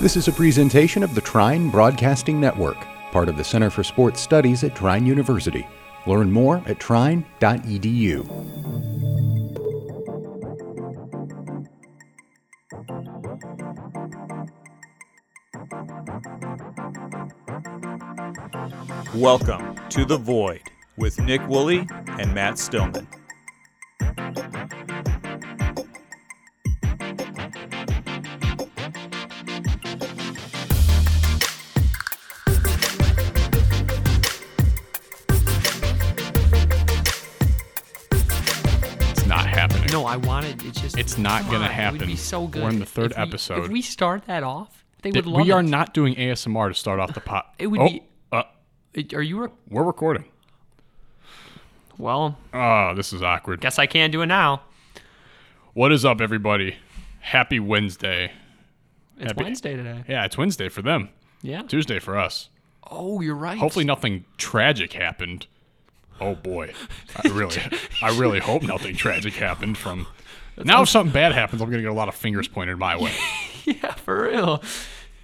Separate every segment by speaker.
Speaker 1: This is a presentation of the Trine Broadcasting Network, part of the Center for Sports Studies at Trine University. Learn more at E trine.edu.
Speaker 2: Welcome to The Void with Nick Woolley and Matt Stillman.
Speaker 3: It's not happening.
Speaker 4: No, I wanted. It's just.
Speaker 3: It's not
Speaker 4: come
Speaker 3: gonna
Speaker 4: on, It would
Speaker 3: happen.
Speaker 4: be so good.
Speaker 3: We're in the third
Speaker 4: if we-
Speaker 3: episode.
Speaker 4: If we start that off, they
Speaker 3: Did-
Speaker 4: would love
Speaker 3: we are
Speaker 4: it.
Speaker 3: not doing ASMR to start off the pot.
Speaker 4: It would
Speaker 3: oh,
Speaker 4: be-
Speaker 3: Uh,
Speaker 4: Are you? Rec-
Speaker 3: we're recording.
Speaker 4: well,
Speaker 3: Oh, this is awkward.
Speaker 4: guess I can do it now.
Speaker 3: What is up, everybody? Happy Wednesday.
Speaker 4: It's
Speaker 3: Happy-
Speaker 4: Wednesday today.
Speaker 3: Yeah, it's Wednesday for them.
Speaker 4: Yeah.
Speaker 3: Tuesday for us.
Speaker 4: Oh, you're right.
Speaker 3: Hopefully, nothing tragic happened. Oh boy, I really, I really hope nothing tragic happened. From now, if something bad happens, I'm gonna get a lot of fingers pointed my way.
Speaker 4: yeah, for real.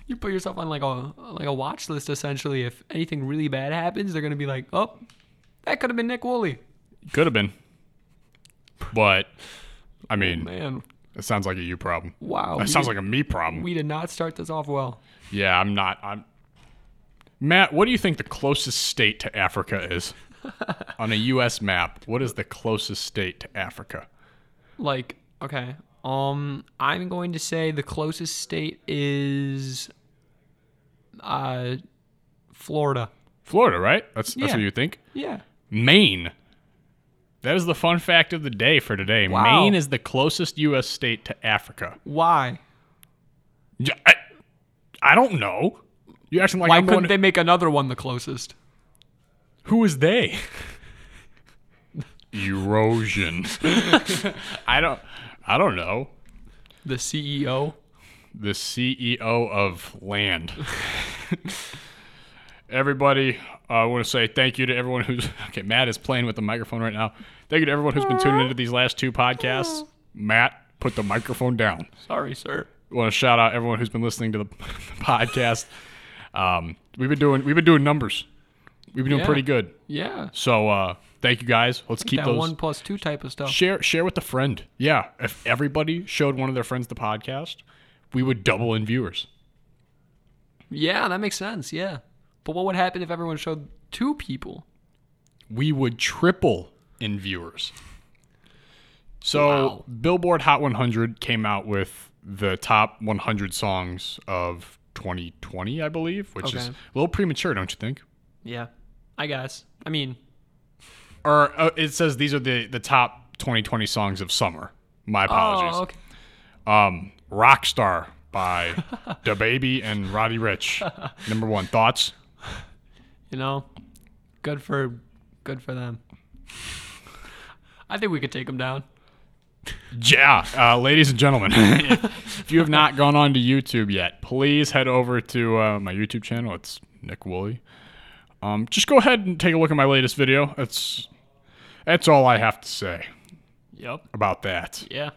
Speaker 4: You put yourself on like a like a watch list essentially. If anything really bad happens, they're gonna be like, oh, that could have been Nick Woolley.
Speaker 3: Could have been, but I mean,
Speaker 4: Oh, Man,
Speaker 3: it sounds like a you problem.
Speaker 4: wow.
Speaker 3: That
Speaker 4: we
Speaker 3: sounds
Speaker 4: did-
Speaker 3: like a me problem.
Speaker 4: we did not start this off well.
Speaker 3: Yeah, I'm not. I'm Matt. What do you think the closest state to Africa is on a U.S. map? What is the closest state to Africa?
Speaker 4: Like, okay. Um, I'm going to say the closest state is uh Florida.
Speaker 3: Florida, right? That's that's
Speaker 4: Yeah.
Speaker 3: what you think.
Speaker 4: Yeah.
Speaker 3: Maine. That is the fun fact of the day for today.
Speaker 4: Wow.
Speaker 3: Maine is the closest U.S. state to Africa.
Speaker 4: Why?
Speaker 3: J- I, I don't know. You acting like
Speaker 4: Why
Speaker 3: I'm
Speaker 4: couldn't
Speaker 3: going.
Speaker 4: they make another one the closest?
Speaker 3: who is they? Erosion. I don't. I don't know.
Speaker 4: The E CEO?
Speaker 3: the CEO of land. Everybody, uh, I want to say thank you to everyone who's okay. Matt is playing with the microphone right now. Thank you to everyone who's been tuning into these last two podcasts. Matt, put the microphone down.
Speaker 4: Sorry, sir.
Speaker 3: I want to shout out everyone who's been listening to the podcast. Um, we've been doing we've been doing numbers. We've been doing
Speaker 4: Yeah.
Speaker 3: pretty good.
Speaker 4: Yeah.
Speaker 3: So uh, thank you guys. Let's keep
Speaker 4: that
Speaker 3: those
Speaker 4: one plus two type of stuff.
Speaker 3: share share with a friend. Yeah, if everybody showed one of their friends the podcast, we would double in viewers.
Speaker 4: Yeah, that makes sense. Yeah. But what would happen if everyone showed two people?
Speaker 3: we would triple in viewers. So
Speaker 4: Wow.
Speaker 3: Billboard Hot 100 came out with the top 100 songs of 2020, I believe, which is
Speaker 4: Okay.
Speaker 3: a little premature, don't you think?
Speaker 4: Yeah. I guess. I mean,
Speaker 3: Or uh, it says these are the the top 2020 songs of summer. My apologies.
Speaker 4: oh, okay.
Speaker 3: Um, Rockstar by DaBaby and Roddy Rich. Number one thoughts.
Speaker 4: You know, good for good for them. I think we could take them down.
Speaker 3: Yeah, uh, ladies and gentlemen, if you have not gone on to YouTube yet, please head over to uh, my YouTube channel. It's Nick Woolley. Um, just go ahead and take a look at my latest video. That's that's all I have to say
Speaker 4: Yep.
Speaker 3: about that.
Speaker 4: Yeah.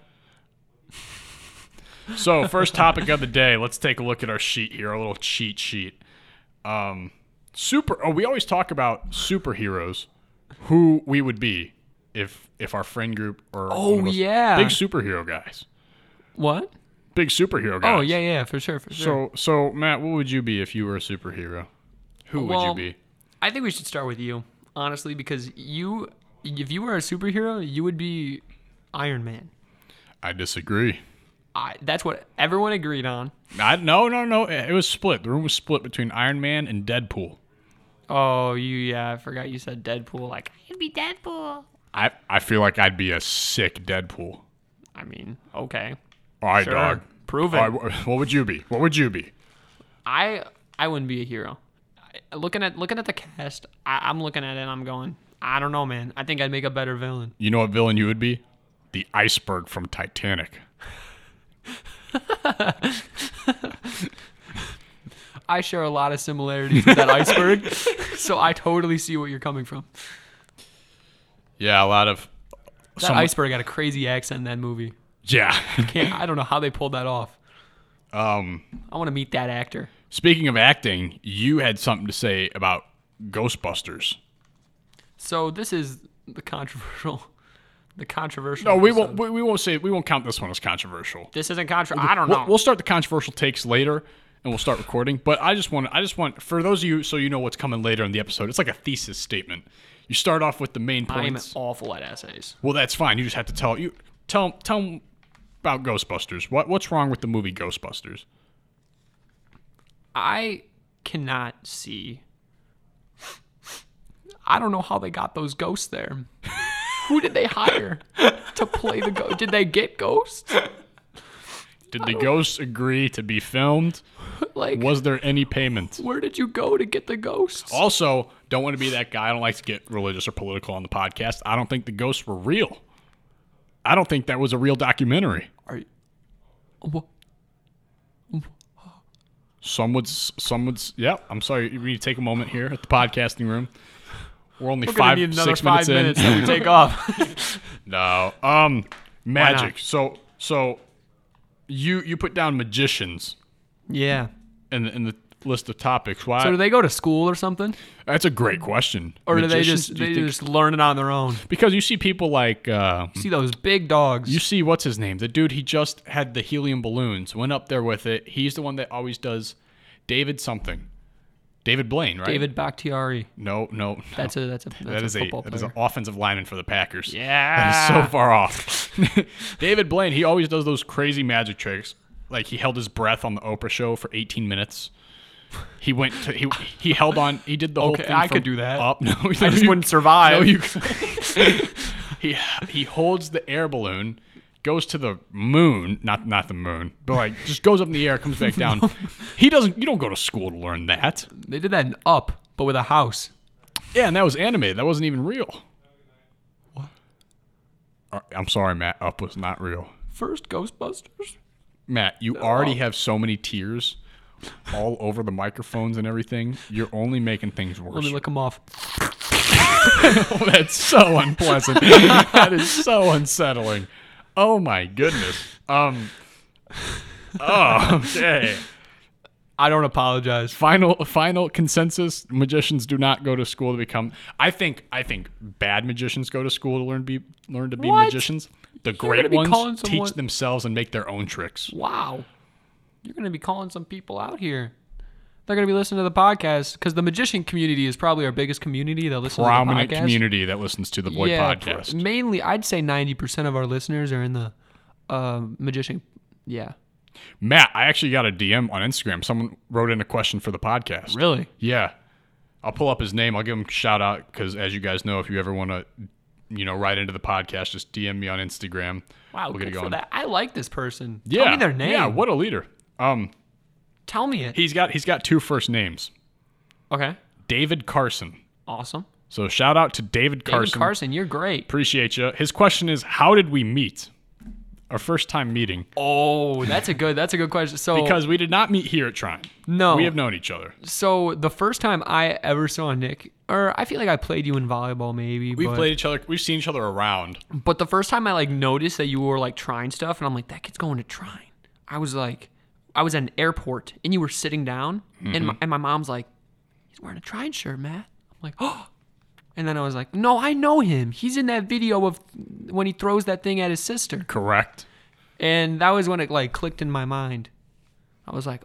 Speaker 3: So, first topic of the day. Let's take a look at our sheet here, our little cheat sheet. Um, super. Oh, we always talk about superheroes, who we would be if if our friend group or one
Speaker 4: Oh,
Speaker 3: of us-
Speaker 4: yeah.
Speaker 3: big superhero guys,
Speaker 4: What?
Speaker 3: big superhero guys.
Speaker 4: Oh yeah, yeah, for sure, for sure.
Speaker 3: So, so Matt, what would you be if you were a superhero? Who would
Speaker 4: Well-
Speaker 3: you be?
Speaker 4: I think we should start with you, honestly, because you, if you were a superhero, you would be Iron Man.
Speaker 3: I disagree.
Speaker 4: I, that's what everyone agreed on.
Speaker 3: I no, no, no. It it was split. The room was split between Iron Man and Deadpool.
Speaker 4: Oh, you yeah, I forgot you said Deadpool. Like,
Speaker 3: I I feel like I'd be a sick Deadpool.
Speaker 4: I mean, okay,
Speaker 3: All right,
Speaker 4: sure,
Speaker 3: dog.
Speaker 4: prove it.
Speaker 3: All right, wh- what would you be? What would you be?
Speaker 4: I I wouldn't be a hero. I, looking at looking at the cast, I, I'm looking at it. and I'm going. I don't know, man. I think I'd make a better villain.
Speaker 3: You know what villain you would be? The iceberg from Titanic.
Speaker 4: I share a lot of similarities with that iceberg, so I totally see what you're coming from.
Speaker 3: Yeah, a lot of.
Speaker 4: That
Speaker 3: someone-
Speaker 4: iceberg had a crazy accent in that movie.
Speaker 3: Yeah,
Speaker 4: Can't, I don't know how they pulled that off.
Speaker 3: Um,
Speaker 4: I want to meet that actor.
Speaker 3: speaking of acting, you had something to say about Ghostbusters.
Speaker 4: So this is the controversial. The controversial.
Speaker 3: No, we
Speaker 4: episode.
Speaker 3: won't. We, we won't say. We won't count this one as controversial.
Speaker 4: This isn't controversial. I don't know.
Speaker 3: We'll, we'll start the controversial takes later, and we'll start recording. But I just want. I just want for those of you, so you know what's coming later in the episode. It's like a thesis statement. You start off with the main
Speaker 4: I'm
Speaker 3: points.
Speaker 4: awful at essays.
Speaker 3: Well, that's fine. You just have to tell you tell tell 'em about Ghostbusters. What what's wrong with the movie Ghostbusters?
Speaker 4: I cannot see. I don't know how they got those ghosts there. Who did they hire to play the ghost? Did they get ghosts?
Speaker 3: Did the ghosts agree to be filmed?
Speaker 4: Like,
Speaker 3: Was there any payment?
Speaker 4: where did you go to get the ghosts?
Speaker 3: Also, don't want to be that guy. I don't like to get religious or political on the podcast. I don't think the ghosts were real. I don't think that was a real documentary.
Speaker 4: Are you, wha-
Speaker 3: Some would, s- some would. s- Yeah, I'm sorry. We need to take a moment here at the podcasting room. We're only
Speaker 4: we're
Speaker 3: five,
Speaker 4: gonna need another
Speaker 3: six
Speaker 4: five minutes,
Speaker 3: minutes in.
Speaker 4: that we take off.
Speaker 3: No. Um, magic. So so, you you put down magicians
Speaker 4: yeah.
Speaker 3: in the, in the list of topics. Why?
Speaker 4: So do they go to school or something,
Speaker 3: That's a great question.
Speaker 4: or do they
Speaker 3: Magicians,
Speaker 4: just
Speaker 3: you
Speaker 4: they
Speaker 3: think-
Speaker 4: just learn it on their own?
Speaker 3: because you see people like uh,
Speaker 4: See those big dogs.
Speaker 3: you see what's his name? The dude he just had the helium balloons. Went up there with it. He's the one that always does David something. David Blaine, right?
Speaker 4: David Bakhtiari.
Speaker 3: No, no. no.
Speaker 4: That's a that's a that's
Speaker 3: That
Speaker 4: a
Speaker 3: is a,
Speaker 4: football
Speaker 3: that
Speaker 4: player.
Speaker 3: is an offensive lineman for the Packers.
Speaker 4: Yeah.
Speaker 3: That is so far off. David Blaine, he always does those crazy magic tricks. Like he held his breath on the Oprah show for 18 minutes. He went to he he held on. He did the whole
Speaker 4: Okay,
Speaker 3: thing.
Speaker 4: I could
Speaker 3: from
Speaker 4: do that.
Speaker 3: Up, no, I
Speaker 4: just wouldn't survive.
Speaker 3: No, you. he he holds the air balloon, goes to the moon, not not the moon, but like just goes up in the air, comes back down. He doesn't. You don't go to school to learn that.
Speaker 4: They did that in Up, but with a house.
Speaker 3: Yeah, and that was animated. That wasn't even real. What? I'm sorry, Matt. Up was not real.
Speaker 4: First Ghostbusters.
Speaker 3: Matt, you already have so many tears all over the microphones and everything. You're only making things
Speaker 4: Let
Speaker 3: worse.
Speaker 4: me look them off.
Speaker 3: Oh, that's so unpleasant. that is so unsettling. Oh my goodness. Um. Oh, okay.
Speaker 4: I don't apologize.
Speaker 3: Final final consensus: magicians do not go to school to become. I think I think bad magicians go to school to learn be learn to be
Speaker 4: What?
Speaker 3: magicians. The
Speaker 4: gonna
Speaker 3: great
Speaker 4: be
Speaker 3: ones
Speaker 4: calling
Speaker 3: teach
Speaker 4: someone-
Speaker 3: themselves and make their own tricks.
Speaker 4: Wow. You're going to be calling some people out here. They're going to be listening to the podcast because the magician community is probably our biggest community that listens
Speaker 3: Prominent
Speaker 4: to the podcast.
Speaker 3: community that listens to the Boy
Speaker 4: yeah, pr-
Speaker 3: podcast.
Speaker 4: Mainly, I'd say 90% of our listeners are in the uh, magician. Yeah.
Speaker 3: Matt, I actually got a DM on Instagram. Someone wrote in a question for the podcast.
Speaker 4: Really?
Speaker 3: Yeah. I'll pull up his name. I'll give him a shout out because, as you guys know, if you ever want to, you know, write into the podcast, just DM me on Instagram.
Speaker 4: Wow.
Speaker 3: We'll get
Speaker 4: good
Speaker 3: it
Speaker 4: for
Speaker 3: going.
Speaker 4: that. I like this person.
Speaker 3: Yeah.
Speaker 4: Tell me their name.
Speaker 3: Yeah. What a leader. Um,
Speaker 4: Tell me it.
Speaker 3: he's got he's got two first names.
Speaker 4: okay.
Speaker 3: David Carson.
Speaker 4: Awesome.
Speaker 3: So shout out to David
Speaker 4: David
Speaker 3: Carson.
Speaker 4: Carson, you're great.
Speaker 3: Appreciate you. His question is, how did we meet? Our first time meeting
Speaker 4: Oh, that's a good. That's a good question. So
Speaker 3: because we did not meet here at Trine.
Speaker 4: No.
Speaker 3: we have known each other.
Speaker 4: So the first time I ever saw Nick, or I feel like I played you in volleyball maybe.
Speaker 3: We've
Speaker 4: but,
Speaker 3: played each other. We've seen each other around.
Speaker 4: but the first time I like noticed that you were like trying stuff, and I'm like, that kid's going to trying. I was like, I was at an airport, and you were sitting down,
Speaker 3: Mm-hmm.
Speaker 4: and my, and my mom's like, he's wearing a trying shirt, Matt. I'm like, oh. And then I was like, no, I know him. He's in that video of when he throws that thing at his sister.
Speaker 3: Correct.
Speaker 4: And that was when it like clicked in my mind. I was like,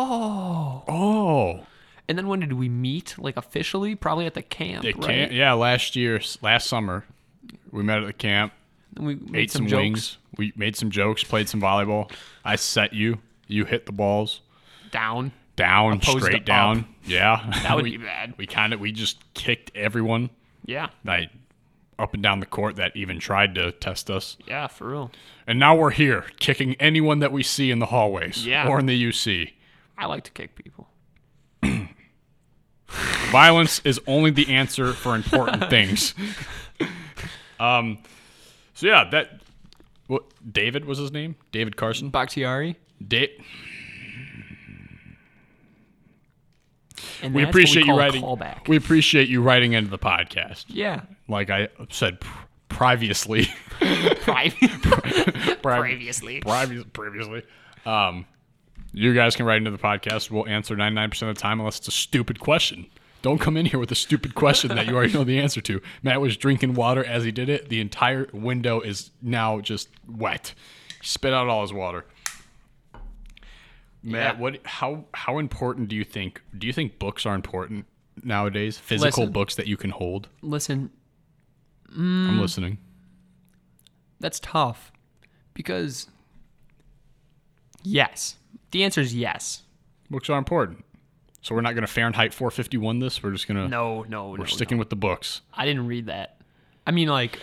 Speaker 4: oh.
Speaker 3: Oh,
Speaker 4: And then when did we meet? Like officially? Probably at the camp.
Speaker 3: It
Speaker 4: right?
Speaker 3: can't. Yeah, last year, s- last summer, we met at the camp,
Speaker 4: And we made
Speaker 3: ate some,
Speaker 4: jokes.
Speaker 3: wings. We made some jokes, played some volleyball. I set you. You hit the balls
Speaker 4: down.
Speaker 3: down,
Speaker 4: Opposed to
Speaker 3: straight
Speaker 4: up.
Speaker 3: down. Yeah,
Speaker 4: That would
Speaker 3: we,
Speaker 4: be bad.
Speaker 3: We kind of we just kicked everyone
Speaker 4: Yeah,
Speaker 3: like up and down the court that even tried to test us.
Speaker 4: yeah, for real.
Speaker 3: And now we're here kicking anyone that we see in the hallways
Speaker 4: Yeah.
Speaker 3: or in the UC.
Speaker 4: I like to kick people.
Speaker 3: Violence is only the answer for important things. um, so yeah, that what David was his name? David Carson.
Speaker 4: Bakhtiari.
Speaker 3: Da-
Speaker 4: And
Speaker 3: we
Speaker 4: that's what
Speaker 3: appreciate
Speaker 4: call
Speaker 3: you
Speaker 4: a
Speaker 3: writing.
Speaker 4: Callback.
Speaker 3: We appreciate you writing into the podcast.
Speaker 4: yeah.
Speaker 3: Like I said pr- previously,
Speaker 4: Private.
Speaker 3: previously, previously. Um, You guys can write into the podcast. We'll answer 99% of the time unless it's a stupid question. Don't come in here with a stupid question that you already know the answer to. Matt was drinking water as he did it. The entire window is now just wet. He spit out all his water. Matt,
Speaker 4: Yeah.
Speaker 3: what how how important do you think do you think books are important nowadays? Physical
Speaker 4: Listen.
Speaker 3: books that you can hold?
Speaker 4: Listen, Mm.
Speaker 3: I'm listening.
Speaker 4: that's tough because yes, the answer is yes.
Speaker 3: Books are important. So we're not going to Fahrenheit 451 this. We're just going to
Speaker 4: No, no, no.
Speaker 3: we're sticking with the books.
Speaker 4: I didn't read that. I mean, like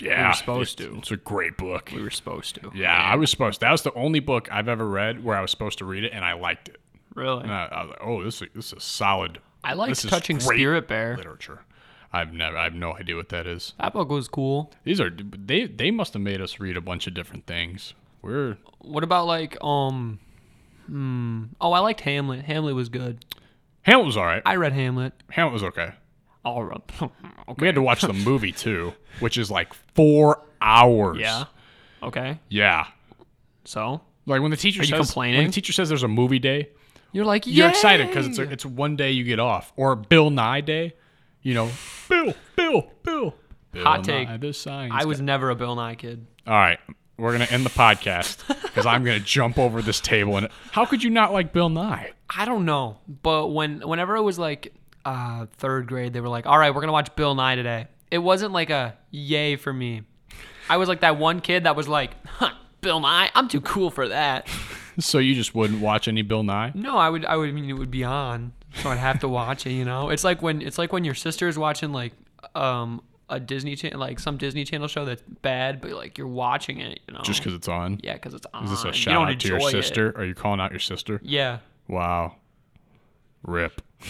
Speaker 3: Yeah,
Speaker 4: supposed
Speaker 3: it's-
Speaker 4: to.
Speaker 3: It's a great book.
Speaker 4: we were supposed to.
Speaker 3: Yeah, I was supposed. That was the only book I've ever read where I was supposed to read it and I liked it.
Speaker 4: really.
Speaker 3: And I, I was like, oh, this is, this is solid.
Speaker 4: I liked
Speaker 3: this is
Speaker 4: touching
Speaker 3: great
Speaker 4: Spirit Bear.
Speaker 3: literature. I've never. I have no idea what that is.
Speaker 4: That book was cool.
Speaker 3: These are they. They must have made us read a bunch of different things. We're
Speaker 4: What about like um, hmm. Oh, I liked Hamlet. Hamlet was good.
Speaker 3: Hamlet was all right.
Speaker 4: I read Hamlet.
Speaker 3: Hamlet was okay.
Speaker 4: All right.
Speaker 3: We had to watch the movie too, which is like four hours.
Speaker 4: yeah. Okay.
Speaker 3: Yeah.
Speaker 4: So
Speaker 3: Like when the teacher
Speaker 4: Are you
Speaker 3: says when
Speaker 4: complaining?
Speaker 3: the teacher says there's a movie day,
Speaker 4: you're like
Speaker 3: you're excited because it's a, it's one day you get off or Bill Nye Day, you know. Bill, Bill, Bill. Bill
Speaker 4: Hot take.
Speaker 3: Nye, the science
Speaker 4: I was
Speaker 3: guy.
Speaker 4: never a Bill Nye kid.
Speaker 3: All right, we're gonna end the podcast because I'm gonna jump over this table and how could you not like Bill Nye?
Speaker 4: I don't know, but when whenever it was like uh, third grade, they were like, "All right, we're gonna watch Bill Nye today." It wasn't like a yay for me. I was like that one kid that was like, huh, "Bill Nye, I'm too cool for that."
Speaker 3: So you just wouldn't watch any Bill Nye?
Speaker 4: No, I would. I would I mean it would be on, so I'd have to watch it. You know, it's like when it's like when your sister is watching like um a Disney channel, like some Disney Channel show that's bad, but like you're watching it. You know,
Speaker 3: Just because it's on?
Speaker 4: yeah, because it's on.
Speaker 3: Is this
Speaker 4: You
Speaker 3: a
Speaker 4: don't
Speaker 3: shout out to your
Speaker 4: enjoy it.
Speaker 3: sister? Are you calling out your sister?
Speaker 4: Yeah.
Speaker 3: Wow. Rip.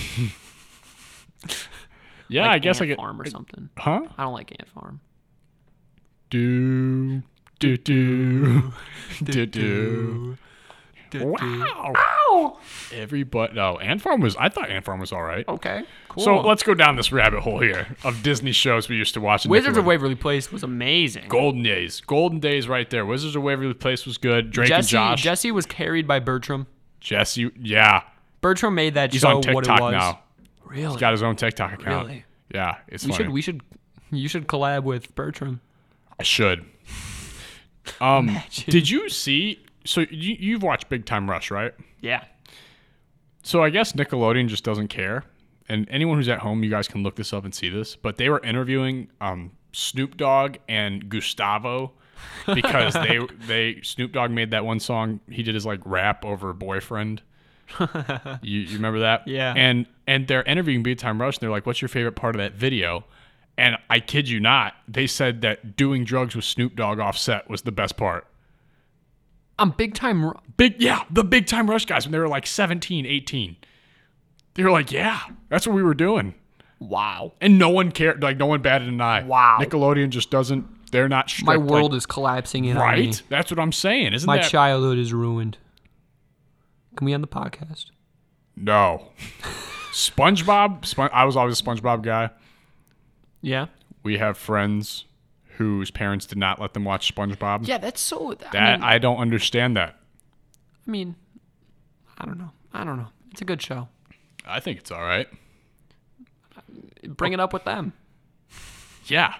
Speaker 3: yeah, I guess
Speaker 4: Ant
Speaker 3: I get.
Speaker 4: farm or something.
Speaker 3: Huh?
Speaker 4: I don't like Ant Farm.
Speaker 3: Do do do do do. Wow. Everybody. No, Ant Farm was. I thought Ant Farm was all right.
Speaker 4: Okay. Oh, Cool.
Speaker 3: So let's go down this rabbit hole here of Disney shows we used to watch. in
Speaker 4: Wizards of
Speaker 3: Nickelodeon.
Speaker 4: Waverly Place was amazing.
Speaker 3: Golden days. Golden days right there. Wizards of Waverly Place was good. Drake and
Speaker 4: Jesse,
Speaker 3: Josh.
Speaker 4: Jesse was carried by Bertram.
Speaker 3: Jesse. Yeah.
Speaker 4: Bertram made that
Speaker 3: He's
Speaker 4: show
Speaker 3: on
Speaker 4: what it
Speaker 3: TikTok
Speaker 4: was.
Speaker 3: now.
Speaker 4: Really?
Speaker 3: Got his own TikTok account.
Speaker 4: Really?
Speaker 3: Yeah. It's
Speaker 4: we
Speaker 3: funny.
Speaker 4: should we should you should collab with Bertram.
Speaker 3: I should. Um, did you see? So you, you've watched Big Time Rush, right?
Speaker 4: Yeah.
Speaker 3: So I guess Nickelodeon just doesn't care. And anyone who's at home, you guys can look this up and see this. But they were interviewing um, Snoop Dogg and Gustavo because they they Snoop Dogg made that one song. He did his like rap over boyfriend. you, you remember that?
Speaker 4: Yeah.
Speaker 3: And and they're interviewing Big Time Rush, and they're like, "What's your favorite part of that video?" And I kid you not, they said that doing drugs with Snoop Dogg offset was the best part.
Speaker 4: I'm big time. Ru-
Speaker 3: Big, yeah, the big time rush guys when they were like 17, 18. They were like, yeah, that's what we were doing.
Speaker 4: Wow.
Speaker 3: And no one cared, like, no one batted an eye.
Speaker 4: Wow.
Speaker 3: Nickelodeon just doesn't, they're not strict.
Speaker 4: My world
Speaker 3: like,
Speaker 4: is collapsing in on me.
Speaker 3: Right? That's what I'm saying. Isn't
Speaker 4: My
Speaker 3: that?
Speaker 4: childhood is ruined. Can we end the podcast?
Speaker 3: no. SpongeBob, Spon- I was always a SpongeBob guy.
Speaker 4: Yeah.
Speaker 3: We have friends whose parents did not let them watch SpongeBob.
Speaker 4: Yeah, that's so. I,
Speaker 3: That
Speaker 4: mean,
Speaker 3: I, don't understand that.
Speaker 4: I mean, I don't know. I don't know. It's a good show.
Speaker 3: I think it's all right.
Speaker 4: Bring it up with them.
Speaker 3: Yeah.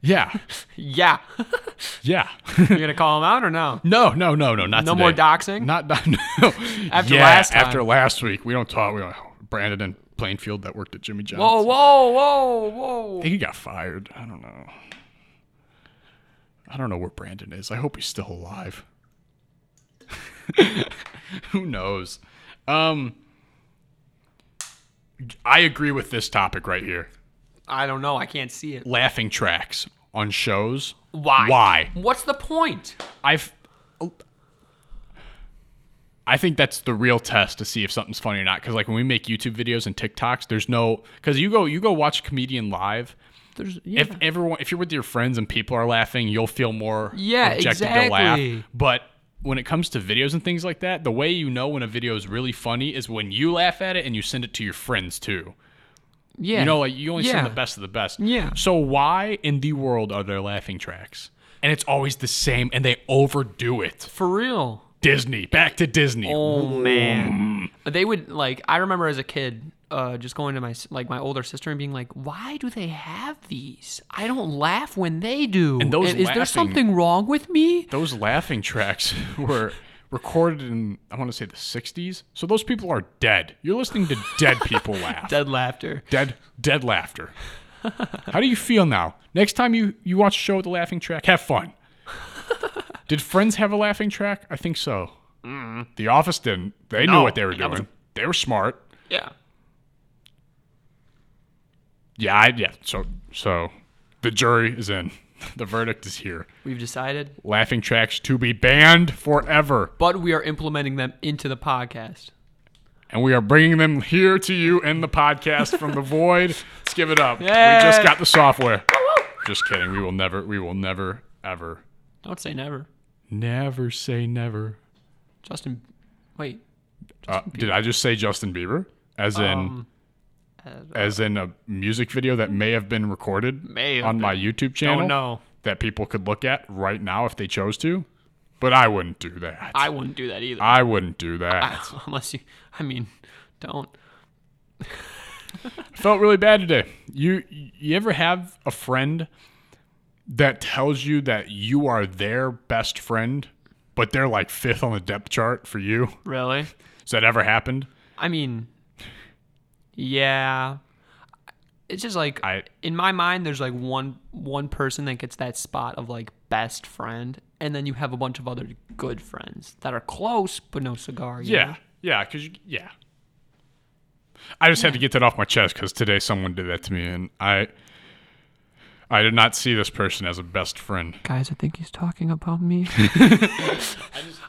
Speaker 3: Yeah.
Speaker 4: Yeah.
Speaker 3: Yeah.
Speaker 4: You're gonna call them out or no?
Speaker 3: no, no, no, no, not
Speaker 4: No more
Speaker 3: today.
Speaker 4: doxing.
Speaker 3: Not not- no.
Speaker 4: After
Speaker 3: Yeah,
Speaker 4: last time.
Speaker 3: after last week, we don't talk. We don't, Brandon and Plainfield that worked at Jimmy John's.
Speaker 4: Whoa, whoa, whoa, whoa.
Speaker 3: I think he got fired. I don't know. I don't know where Brandon is. I hope he's still alive. Who knows? Um, I agree with this topic right here.
Speaker 4: I don't know. I can't see it.
Speaker 3: Laughing tracks on shows.
Speaker 4: Why?
Speaker 3: Why?
Speaker 4: What's the point?
Speaker 3: I've. I think that's the real test to see if something's funny or not. Because like when we make YouTube videos and TikToks, there's no because you go you go watch a comedian live.
Speaker 4: There's yeah.
Speaker 3: If everyone if you're with your friends and people are laughing, you'll feel more
Speaker 4: Yeah,
Speaker 3: objected to laugh.
Speaker 4: exactly.
Speaker 3: But when it comes to videos and things like that, the way you know when a video is really funny is when you laugh at it and you send it to your friends too.
Speaker 4: yeah.
Speaker 3: You know, like you only send
Speaker 4: Yeah.
Speaker 3: the best of the best.
Speaker 4: Yeah.
Speaker 3: So why in the world are there laughing tracks? And it's always the same, and they overdo it.
Speaker 4: for real.
Speaker 3: Disney. Back to Disney.
Speaker 4: Oh man, they would like. I remember as a kid, uh, just going to my s- like my older sister and being like, "Why do they have these? I don't laugh when they do.
Speaker 3: And those
Speaker 4: is
Speaker 3: laughing-
Speaker 4: there something wrong with me?"
Speaker 3: Those laughing tracks were recorded in I want to say the 60s. So those people are dead. You're listening to dead people laugh.
Speaker 4: Dead laughter.
Speaker 3: dead dead laughter. How do you feel now? Next time you you watch a show with a laughing track, have fun. Did Friends have a laughing track? I think so. The Office didn't. They knew
Speaker 4: Mm-hmm. No,
Speaker 3: what they were
Speaker 4: that was-
Speaker 3: doing. They were smart.
Speaker 4: Yeah.
Speaker 3: Yeah, I, yeah. So so the jury is in. The verdict is here.
Speaker 4: We've decided,
Speaker 3: Laughing tracks to be banned forever.
Speaker 4: but we are implementing them into the podcast.
Speaker 3: and we are bringing them here to you in the podcast from the void. Let's give it up.
Speaker 4: Yay.
Speaker 3: We just got the software. Just kidding. We will never, we will never, ever,
Speaker 4: Don't say never.
Speaker 3: never say never.
Speaker 4: Justin, wait.
Speaker 3: Uh, did I just say Justin Bieber? As in,
Speaker 4: Um,
Speaker 3: as in a music video that may have been recorded
Speaker 4: May have
Speaker 3: on my YouTube channel
Speaker 4: no.
Speaker 3: that people could look at right now if they chose to. But I wouldn't do that.
Speaker 4: I wouldn't do that either.
Speaker 3: I wouldn't do that.
Speaker 4: Unless you, I mean, don't.
Speaker 3: felt really bad today. You you ever have a friend that tells you that you are their best friend, but they're like fifth on the depth chart for you?
Speaker 4: Really?
Speaker 3: Has that ever happened?
Speaker 4: I mean, yeah. It's just like
Speaker 3: I-
Speaker 4: in my mind, there's like one one person that gets that spot of like best friend, and then you have a bunch of other good friends that are close but no cigar. you know?
Speaker 3: Yeah, yeah, because yeah. I just had to get that off my chest because today someone did that to me, and I I did not see this person as a best friend.
Speaker 4: guys, I think he's talking about me.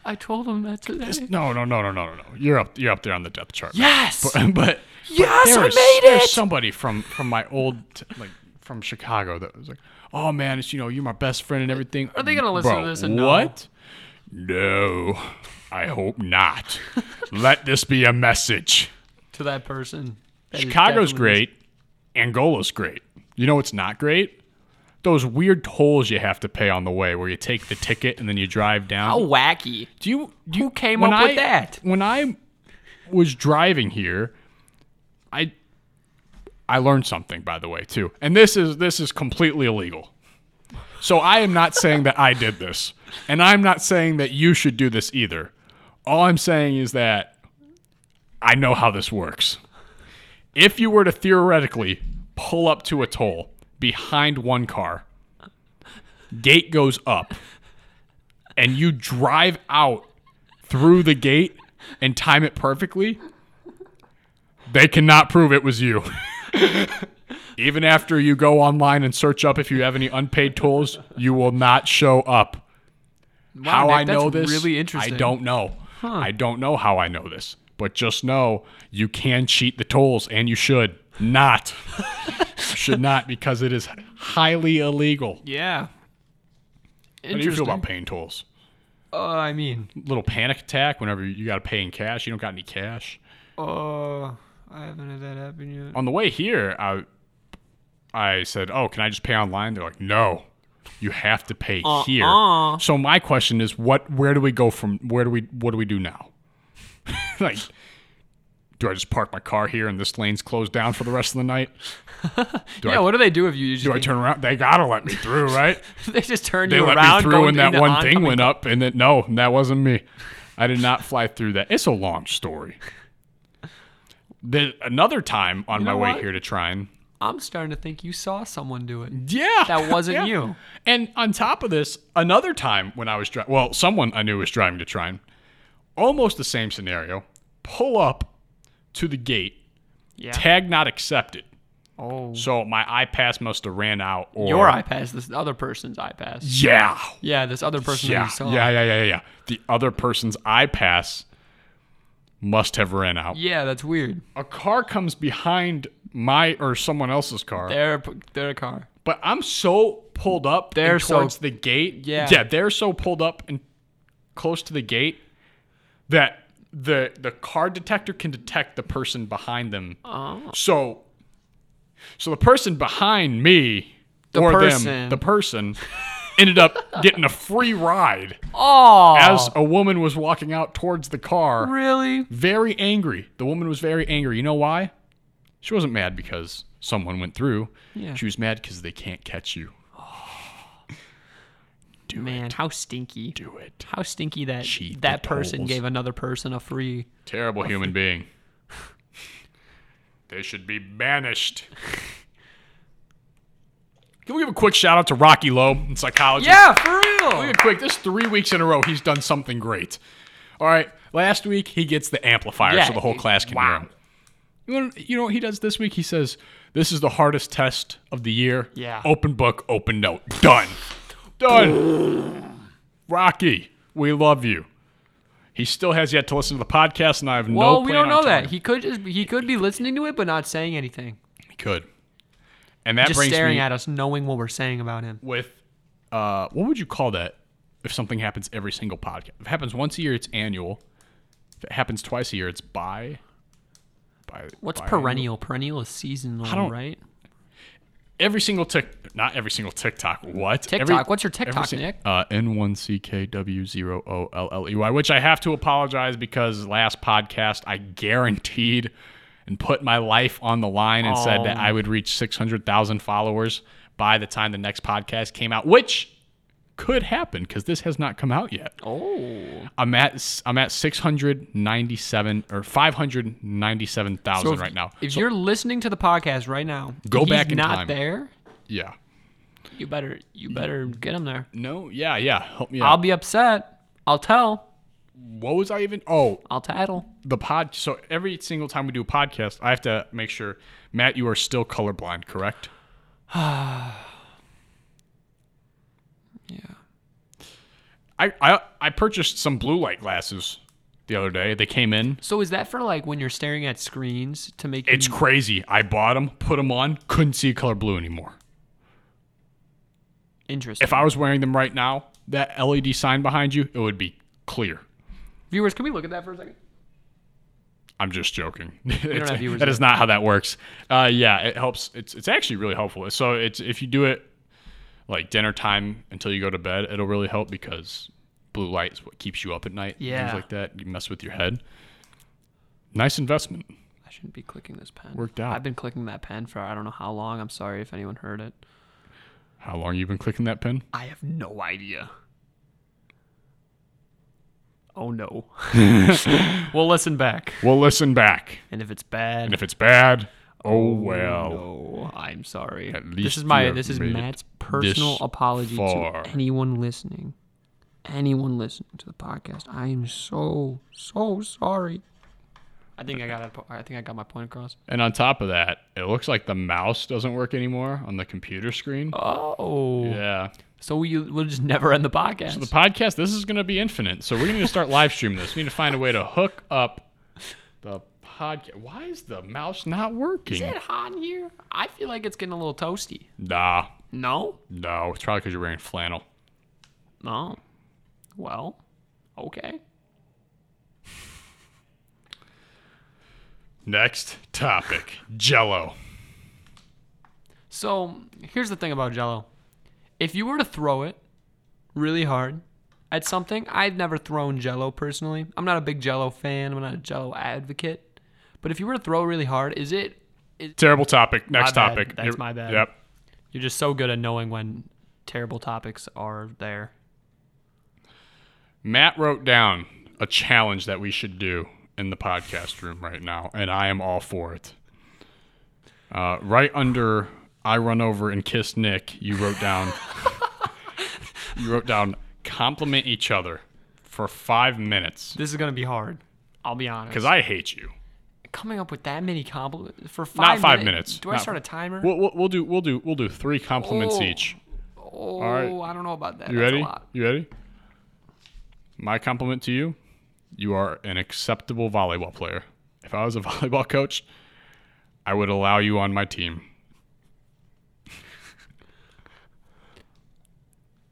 Speaker 4: I told him that today.
Speaker 3: No, no, no, no, no, no, no. You're up, you're up there on the depth chart. man.
Speaker 4: Yes,
Speaker 3: but, but
Speaker 4: yes,
Speaker 3: There
Speaker 4: I
Speaker 3: was-
Speaker 4: made
Speaker 3: There's
Speaker 4: it.
Speaker 3: somebody from from my old t- like from Chicago that was like, "Oh man, it's you know you're my best friend and everything." Are
Speaker 4: they gonna listen to this and know?
Speaker 3: what? No, I hope not. Let this be a message.
Speaker 4: to that person. that is
Speaker 3: Chicago's
Speaker 4: definitely-
Speaker 3: great. Angola's great. You know what's not great? Those weird tolls you have to pay on the way, where you take the ticket and then you drive down.
Speaker 4: How wacky!
Speaker 3: Do you, do you-
Speaker 4: Who came
Speaker 3: when
Speaker 4: up with
Speaker 3: I-
Speaker 4: that?
Speaker 3: When I was driving here, I I learned something by the way too. And this is this is completely illegal. So I am not saying that I did this, and I'm not saying that you should do this either. All I'm saying is that I know how this works. If you were to theoretically pull up to a toll behind one car, gate goes up, and you drive out through the gate and time it perfectly, they cannot prove it was you. Even after you go online and search up if you have any unpaid tolls, you will not show up. how
Speaker 4: Nick,
Speaker 3: I know
Speaker 4: that's
Speaker 3: this,
Speaker 4: really interesting.
Speaker 3: I don't know. I don't know how I know this, but just know you can cheat the tolls, and you should not. You should not because it is highly illegal. How
Speaker 4: Yeah.
Speaker 3: do you feel
Speaker 4: Interesting.
Speaker 3: about paying tolls?
Speaker 4: Uh, I mean,
Speaker 3: Little panic attack whenever you got to pay in cash. You don't got any cash.
Speaker 4: uh, I haven't had that happen yet.
Speaker 3: on the way here, I I said, "Oh, can I just pay online?" They're like, "No, you have to pay here."
Speaker 4: Uh-uh.
Speaker 3: So my question is, what? Where do we go from? Where do we? What do we do now? like, do I just park my car here and this lane's closed down for the rest of the night?
Speaker 4: yeah, what do they do if you just
Speaker 3: Do I turn around? They gotta let me through, right?
Speaker 4: they just turned
Speaker 3: they
Speaker 4: you
Speaker 3: let
Speaker 4: around
Speaker 3: me through,
Speaker 4: going
Speaker 3: and that
Speaker 4: into
Speaker 3: one thing uh,
Speaker 4: oncoming-
Speaker 3: went up, and then no, that wasn't me. I did not fly through that. It's a long story. The, another time on my
Speaker 4: know
Speaker 3: way
Speaker 4: what?
Speaker 3: here to Trine,
Speaker 4: I'm starting to think you saw someone do it.
Speaker 3: Yeah.
Speaker 4: That wasn't
Speaker 3: yeah.
Speaker 4: you.
Speaker 3: And on top of this, another time when I was driving, well, someone I knew was driving to Trine, almost the same scenario. Pull up to the gate,
Speaker 4: Yeah.
Speaker 3: tag not accepted.
Speaker 4: oh.
Speaker 3: So my iPass must have ran out. Or
Speaker 4: Your iPass, this other person's iPass.
Speaker 3: Yeah.
Speaker 4: Yeah, this other person that
Speaker 3: Yeah.
Speaker 4: you saw.
Speaker 3: Yeah. Yeah. Yeah. Yeah. The other person's iPass must have ran out.
Speaker 4: Yeah, that's weird.
Speaker 3: A car comes behind my or someone else's car.
Speaker 4: Their their car.
Speaker 3: But I'm so pulled up
Speaker 4: They're
Speaker 3: and
Speaker 4: so-
Speaker 3: towards the gate.
Speaker 4: Yeah.
Speaker 3: Yeah, they're so pulled up and close to the gate that the the car detector can detect the person behind them.
Speaker 4: Oh.
Speaker 3: So so the person behind me
Speaker 4: The
Speaker 3: or
Speaker 4: person.
Speaker 3: them, the person ended up getting a free ride
Speaker 4: Oh,
Speaker 3: as a woman was walking out towards the car.
Speaker 4: really?
Speaker 3: very angry. The woman was very angry. You know why? She wasn't mad because someone went through.
Speaker 4: Yeah.
Speaker 3: She was mad because they can't catch you.
Speaker 4: Man, how stinky.
Speaker 3: Do it.
Speaker 4: How stinky that
Speaker 3: Cheat
Speaker 4: that
Speaker 3: the
Speaker 4: person
Speaker 3: tolls.
Speaker 4: gave another person a free.
Speaker 3: Terrible human being. they should be banished. Can we give a quick shout out to Rocky Lowe in psychology?
Speaker 4: Yeah, for real.
Speaker 3: Look at quick. This three weeks in a row, he's done something great. All right. Last week, he gets the amplifier
Speaker 4: Yeah,
Speaker 3: so the whole class can
Speaker 4: wow.
Speaker 3: hear him. You know, you know what he does this week? He says, This is the hardest test of the year.
Speaker 4: Yeah.
Speaker 3: Open book, open note. Done. Done. Rocky, we love you. He still has yet to listen to the podcast, and I have no
Speaker 4: Well, we
Speaker 3: plan
Speaker 4: don't know
Speaker 3: on telling
Speaker 4: that.
Speaker 3: him.
Speaker 4: He could just he could be listening to it but not saying anything.
Speaker 3: He could. And that
Speaker 4: Just
Speaker 3: brings
Speaker 4: staring
Speaker 3: me
Speaker 4: at us, knowing what we're saying about him.
Speaker 3: with uh, what would you call that if something happens every single podcast? If it happens once a year, it's annual. If it happens twice a year, it's bi. bi
Speaker 4: What's
Speaker 3: biannual.
Speaker 4: perennial? Perennial is seasonal,
Speaker 3: don't-
Speaker 4: right?
Speaker 3: Every single tick, not every single TikTok. What
Speaker 4: TikTok.
Speaker 3: Every,
Speaker 4: What's your
Speaker 3: every
Speaker 4: TikTok,
Speaker 3: sing-
Speaker 4: Nick?
Speaker 3: Uh, N1CKW0OLLEY, E which I have to apologize because last podcast I guaranteed and put my life on the line and said that I
Speaker 4: Oh.
Speaker 3: would reach 600,000 followers by the time the next podcast came out, which could happen because this has not come out yet.
Speaker 4: Oh.
Speaker 3: I'm at I'm at 697 or 597,000
Speaker 4: if-
Speaker 3: right now.
Speaker 4: If you're listening to the podcast right now,
Speaker 3: Go
Speaker 4: and he's
Speaker 3: back in
Speaker 4: not
Speaker 3: time.
Speaker 4: there.
Speaker 3: Yeah.
Speaker 4: You better you better get him there.
Speaker 3: No. Yeah. Yeah. Help me
Speaker 4: I'll
Speaker 3: out.
Speaker 4: be upset. I'll tell.
Speaker 3: what was I even? Oh,
Speaker 4: I'll tattle.
Speaker 3: the pod. So every single time we do a podcast, I have to make sure, Matt, you are still colorblind, correct?
Speaker 4: Yeah.
Speaker 3: I, I I purchased some blue light glasses the other day. They came in.
Speaker 4: So is that for like when you're staring at screens to make
Speaker 3: It's
Speaker 4: you-
Speaker 3: crazy. I bought them, put them on, couldn't see color blue anymore.
Speaker 4: interesting?
Speaker 3: If I was wearing them right now, that LED sign behind you, it would be clear.
Speaker 4: Viewers, can we look at that for a second?
Speaker 3: I'm just joking.
Speaker 4: don't have viewers
Speaker 3: that is not how that works. Uh, yeah, it helps. It's it's actually really helpful. So it's if you do it like dinner time until you go to bed, it'll really help because blue light is what keeps you up at night. and
Speaker 4: Yeah.
Speaker 3: things like that. You mess with your head. Nice investment.
Speaker 4: I shouldn't be clicking this pen.
Speaker 3: Worked out.
Speaker 4: I've been clicking that pen for I don't know how long. I'm sorry if anyone heard it.
Speaker 3: How long you been clicking that pin?
Speaker 4: I have no idea. Oh no. we'll listen back.
Speaker 3: We'll listen back,
Speaker 4: And if it's bad,
Speaker 3: and if it's bad, oh well.
Speaker 4: no, I'm sorry.
Speaker 3: At
Speaker 4: This
Speaker 3: least
Speaker 4: is my
Speaker 3: you
Speaker 4: this is
Speaker 3: made it
Speaker 4: Matt's personal
Speaker 3: this
Speaker 4: apology
Speaker 3: far.
Speaker 4: to anyone listening. Anyone listening to the podcast. I am so so sorry. I think I got it- I think I got my point across.
Speaker 3: And on top of that, it looks like the mouse doesn't work anymore on the computer screen.
Speaker 4: Oh.
Speaker 3: Yeah.
Speaker 4: So we we'll just never end the podcast.
Speaker 3: the podcast this is going to be infinite so we're going to start live streaming this we need to find a way to hook up the podcast why is the mouse not working
Speaker 4: it hot in here? I feel like it's getting a little toasty.
Speaker 3: nah
Speaker 4: No?
Speaker 3: no it's probably because you're wearing flannel
Speaker 4: No. Well, okay.
Speaker 3: next topic jello
Speaker 4: So here's the thing about Jello. If you were to throw it really hard at something, I've never thrown Jello personally. I'm not a big Jello fan. I'm not a Jello advocate. But if you were to throw really hard, is it? Is,
Speaker 3: terrible topic next
Speaker 4: bad.
Speaker 3: topic
Speaker 4: That's my bad.
Speaker 3: yep
Speaker 4: you're just so good at knowing when terrible topics are there.
Speaker 3: matt wrote down a challenge that we should do in the podcast room right now and i am all for it uh, right under i run over and kiss nick you wrote down you wrote down compliment each other for five minutes
Speaker 4: This is gonna be hard. I'll be honest.
Speaker 3: because i hate you
Speaker 4: coming up with that many compliments for five
Speaker 3: not five
Speaker 4: minute-
Speaker 3: minutes
Speaker 4: Do I
Speaker 3: Not-
Speaker 4: start a timer?
Speaker 3: we'll, we'll, we'll do we'll do we'll do three compliments
Speaker 4: Oh.
Speaker 3: each
Speaker 4: oh,
Speaker 3: right.
Speaker 4: I don't know about that.
Speaker 3: you
Speaker 4: That's
Speaker 3: ready
Speaker 4: A lot.
Speaker 3: you ready my compliment to you you are an acceptable volleyball player if i was a volleyball coach i would allow you on my team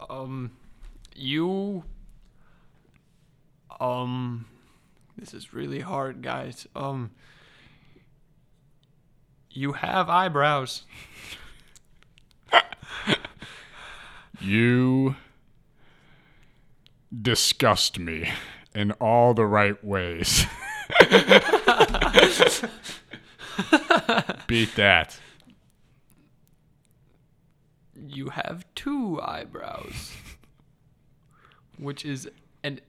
Speaker 4: Um, you. Um, this is really hard, guys. Um, you have eyebrows.
Speaker 3: You disgust me in all the right ways. Beat that.
Speaker 4: You have two eyebrows, which is an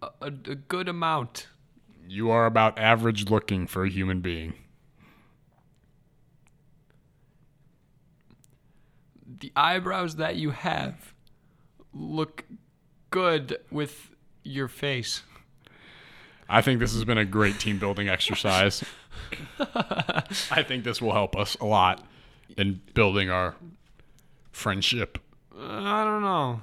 Speaker 4: a, a, a good amount.
Speaker 3: You are about average looking for a human being.
Speaker 4: The eyebrows that you have look good with your face.
Speaker 3: I think this has been a great team building exercise. I think this will help us a lot in building our friendship.
Speaker 4: I don't know.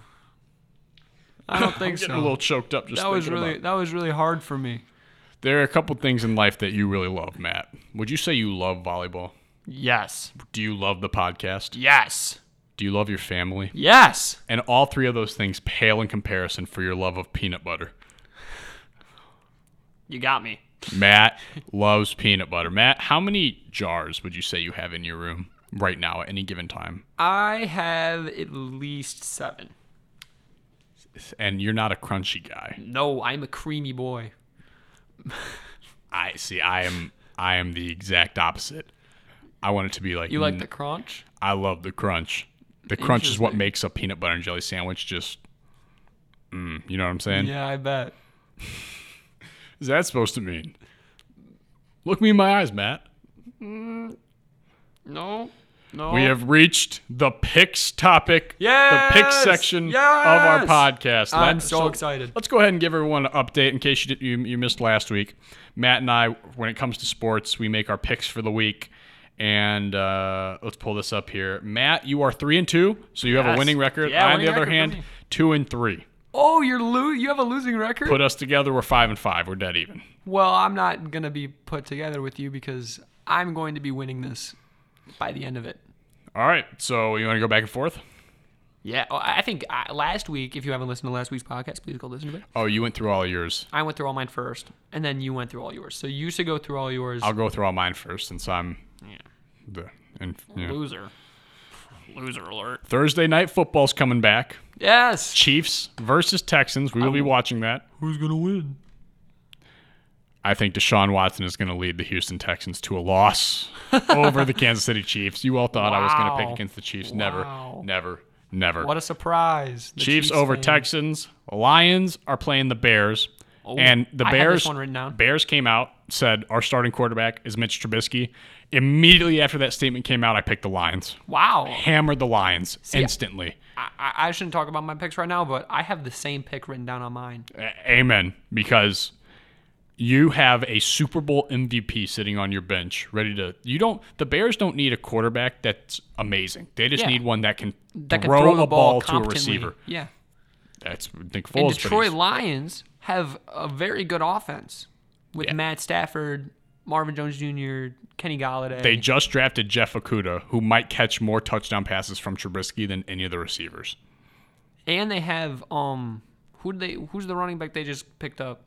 Speaker 4: I don't think
Speaker 3: Getting
Speaker 4: so.
Speaker 3: a little choked up just
Speaker 4: that was
Speaker 3: thinking
Speaker 4: really
Speaker 3: about-
Speaker 4: that was really hard for me.
Speaker 3: There are a couple things in life that you really love, Matt. Would you say you love volleyball?
Speaker 4: Yes.
Speaker 3: Do you love the podcast?
Speaker 4: Yes.
Speaker 3: Do you love your family?
Speaker 4: Yes.
Speaker 3: And all three of those things pale in comparison for your love of peanut butter.
Speaker 4: You got me.
Speaker 3: Matt loves peanut butter. Matt, how many jars would you say you have in your room right now at any given time?
Speaker 4: I have at least seven.
Speaker 3: And you're not a crunchy guy.
Speaker 4: No, I'm a creamy boy.
Speaker 3: I see. I am. I am the exact opposite. I want it to be like
Speaker 4: You like
Speaker 3: n-
Speaker 4: the crunch?
Speaker 3: I love the crunch. The crunch is what
Speaker 4: Interesting.
Speaker 3: makes a peanut butter and jelly sandwich just. Mm, you know what I'm saying?
Speaker 4: Yeah, I bet.
Speaker 3: Is that supposed to mean? Look me in my eyes, Matt.
Speaker 4: No. No.
Speaker 3: We have reached the picks topic,
Speaker 4: Yes!
Speaker 3: the picks section of our
Speaker 4: Yes!
Speaker 3: podcast.
Speaker 4: I'm
Speaker 3: Let-
Speaker 4: so excited.
Speaker 3: Let's go ahead and give everyone an update in case you, did, you you missed last week. Matt and I, when it comes to sports, we make our picks for the week. And uh, let's pull this up here. Matt, you are three and two, so you have
Speaker 4: Yes.
Speaker 3: a winning record.
Speaker 4: Yeah,
Speaker 3: I, on
Speaker 4: winning
Speaker 3: the other
Speaker 4: record for
Speaker 3: hand,
Speaker 4: me.
Speaker 3: two and three.
Speaker 4: Oh, you're lo- you have a losing record?
Speaker 3: Put us together, we're five and five. We're dead even.
Speaker 4: well, I'm not going to be put together with you because I'm going to be winning this by the end of it.
Speaker 3: All right. So you want to go back and forth?
Speaker 4: Yeah, oh, I I think uh, last week, if you haven't listened to last week's podcast, please go listen to it.
Speaker 3: Oh, you went through all yours.
Speaker 4: I went through all mine first, and then you went through all yours. So you should go through all yours.
Speaker 3: I'll go through all mine first, since I'm the and, yeah.
Speaker 4: Loser. Loser alert.
Speaker 3: Thursday night football's coming back.
Speaker 4: Yes.
Speaker 3: Chiefs versus Texans. We will
Speaker 4: Um,
Speaker 3: be watching that.
Speaker 4: Who's going to win?
Speaker 3: I think Deshaun Watson is going to lead the Houston Texans to a loss over the Kansas City Chiefs. You all thought I was going to pick
Speaker 4: Wow.
Speaker 3: against the Chiefs.
Speaker 4: Wow.
Speaker 3: Never, never, never.
Speaker 4: What a surprise. The
Speaker 3: Chiefs, over
Speaker 4: fan.
Speaker 3: Texans. Lions are playing the Bears. and the
Speaker 4: Oh, I had this
Speaker 3: Bears
Speaker 4: one written down.
Speaker 3: Bears came out, said our starting quarterback is Mitch Trubisky. Immediately after that statement came out, I picked the Lions.
Speaker 4: Wow.
Speaker 3: Hammered the Lions instantly.
Speaker 4: I, I I shouldn't talk about my picks right now, but I have the same pick written down on mine.
Speaker 3: A- Amen. Because you have a Super Bowl MVP sitting on your bench, ready to. You don't. The Bears don't need a quarterback that's amazing. They just
Speaker 4: Yeah.
Speaker 3: need one that can
Speaker 4: That can
Speaker 3: throw,
Speaker 4: throw
Speaker 3: a
Speaker 4: the
Speaker 3: ball,
Speaker 4: ball,
Speaker 3: to a
Speaker 4: competently.
Speaker 3: receiver.
Speaker 4: Yeah.
Speaker 3: That's Nick
Speaker 4: And
Speaker 3: Foles. but
Speaker 4: Detroit
Speaker 3: he's-
Speaker 4: Lions have a very good offense with
Speaker 3: Yeah.
Speaker 4: Matt Stafford, Marvin Jones Jr., Kenny Galladay.
Speaker 3: they just drafted Jeff Okuda, who might catch more touchdown passes from Trubisky than any of the receivers.
Speaker 4: and they have um who they who's the running back they just picked up?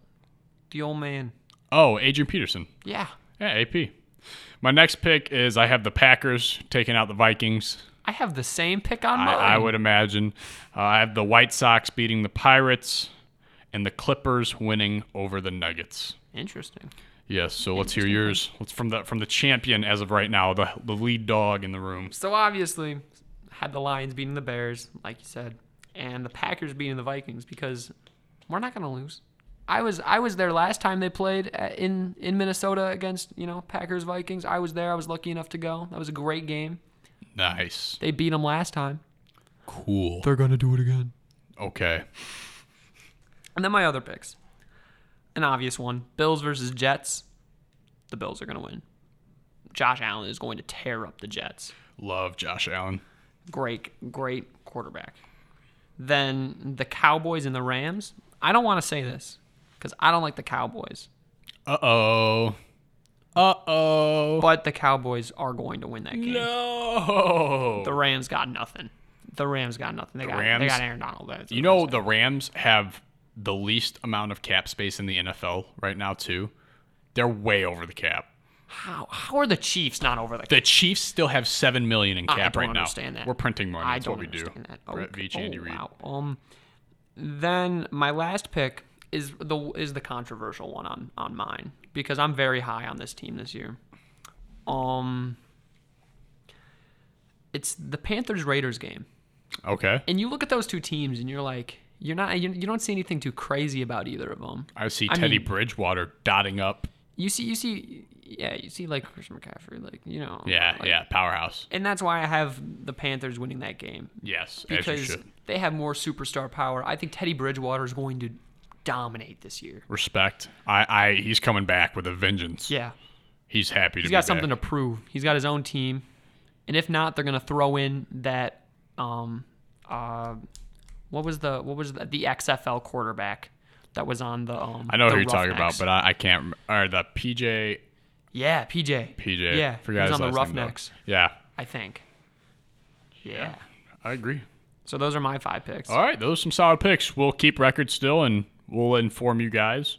Speaker 4: The old man.
Speaker 3: Oh, Adrian Peterson.
Speaker 4: Yeah.
Speaker 3: Yeah, AP. My next pick is I have the Packers taking out the Vikings.
Speaker 4: I have the same pick on mine.
Speaker 3: I, I would imagine. Uh, I have the White Sox beating the Pirates and the Clippers winning over the Nuggets.
Speaker 4: Interesting.
Speaker 3: Yes, so let's hear yours. Let's from the from the champion as of right now, the the lead dog in the room.
Speaker 4: So obviously, had the Lions beating the Bears, like you said, and the Packers beating the Vikings because we're not gonna lose. I was I was there last time they played uh, in in Minnesota against you know Packers Vikings. I was there. I was lucky enough to go. That was a great game.
Speaker 3: Nice.
Speaker 4: They beat them last time.
Speaker 3: Cool.
Speaker 4: They're gonna do it again.
Speaker 3: Okay.
Speaker 4: And then my other picks. An obvious one: Bills versus Jets. The Bills are gonna win. Josh Allen is going to tear up the Jets.
Speaker 3: Love Josh Allen.
Speaker 4: great, great quarterback. Then the Cowboys and the Rams. I don't want to say this because I don't like the Cowboys,
Speaker 3: Uh-oh. Uh-oh.
Speaker 4: but the Cowboys are going to win that game.
Speaker 3: No.
Speaker 4: The Rams got nothing. The Rams got nothing. They got
Speaker 3: Rams-
Speaker 4: they got Aaron Donald. That's
Speaker 3: you
Speaker 4: what
Speaker 3: know the Rams have the least amount of cap space in the NFL right now too. They're way over the cap.
Speaker 4: How how are the Chiefs not over the?
Speaker 3: The Chiefs still have seven million in
Speaker 4: I
Speaker 3: cap
Speaker 4: don't
Speaker 3: right now.
Speaker 4: understand that.
Speaker 3: We're printing money.
Speaker 4: I
Speaker 3: That's
Speaker 4: don't
Speaker 3: what we do.
Speaker 4: understand that.
Speaker 3: Brett
Speaker 4: Okay.
Speaker 3: Veach, Andy
Speaker 4: oh,
Speaker 3: Reid.
Speaker 4: Wow. Um, then my last pick is the is the controversial one on on mine because I'm very high on this team this year. Um, it's the Panthers Raiders game,
Speaker 3: Okay.
Speaker 4: and you look at those two teams, and you're like, you're not you, you don't see anything too crazy about either of them.
Speaker 3: I see
Speaker 4: I
Speaker 3: Teddy
Speaker 4: mean-
Speaker 3: Bridgewater dotting up.
Speaker 4: You see, you see, yeah, you see like Christian McCaffrey, like you know,
Speaker 3: Yeah,
Speaker 4: like-
Speaker 3: yeah, powerhouse.
Speaker 4: and that's why I have the Panthers winning that game
Speaker 3: Yes, as you
Speaker 4: because
Speaker 3: should.
Speaker 4: they have more superstar power. I think Teddy Bridgewater is going to dominate this year.
Speaker 3: Respect. I, I, he's coming back with a vengeance.
Speaker 4: Yeah,
Speaker 3: He's happy to
Speaker 4: he's got something to prove. He's got his own team, and if not, they're going to throw in that. Um, uh, what was the what was the, the XFL quarterback that was on the? Um,
Speaker 3: I know
Speaker 4: the
Speaker 3: who you're talking about,
Speaker 4: Roughnecks?
Speaker 3: but I, I can't. rem- Or the PJ,
Speaker 4: yeah, PJ,
Speaker 3: PJ.
Speaker 4: yeah,
Speaker 3: forgot
Speaker 4: he's
Speaker 3: his
Speaker 4: on the
Speaker 3: last name, though.
Speaker 4: Roughnecks,
Speaker 3: Yeah,
Speaker 4: I think. Yeah.
Speaker 3: I agree.
Speaker 4: So those are my five picks.
Speaker 3: All right, those are some solid picks. We'll keep record still, and we'll inform you guys.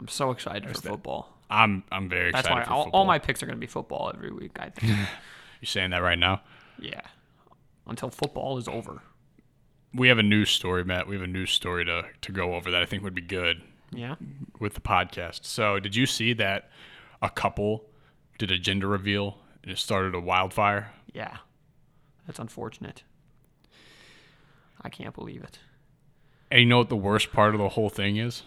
Speaker 4: I'm so excited for football.
Speaker 3: I'm I'm very
Speaker 4: That's
Speaker 3: excited
Speaker 4: why
Speaker 3: for
Speaker 4: all,
Speaker 3: football.
Speaker 4: all my picks are going to be football every week. I think.
Speaker 3: You're saying that right now.
Speaker 4: Yeah. Until football is over.
Speaker 3: We have a news story, Matt. We have a news story to to go over that I think would be good
Speaker 4: Yeah.
Speaker 3: with the podcast. So, did you see that a couple did a gender reveal and it started a wildfire?
Speaker 4: Yeah. That's unfortunate. I can't believe it.
Speaker 3: And you know what the worst part of the whole thing is?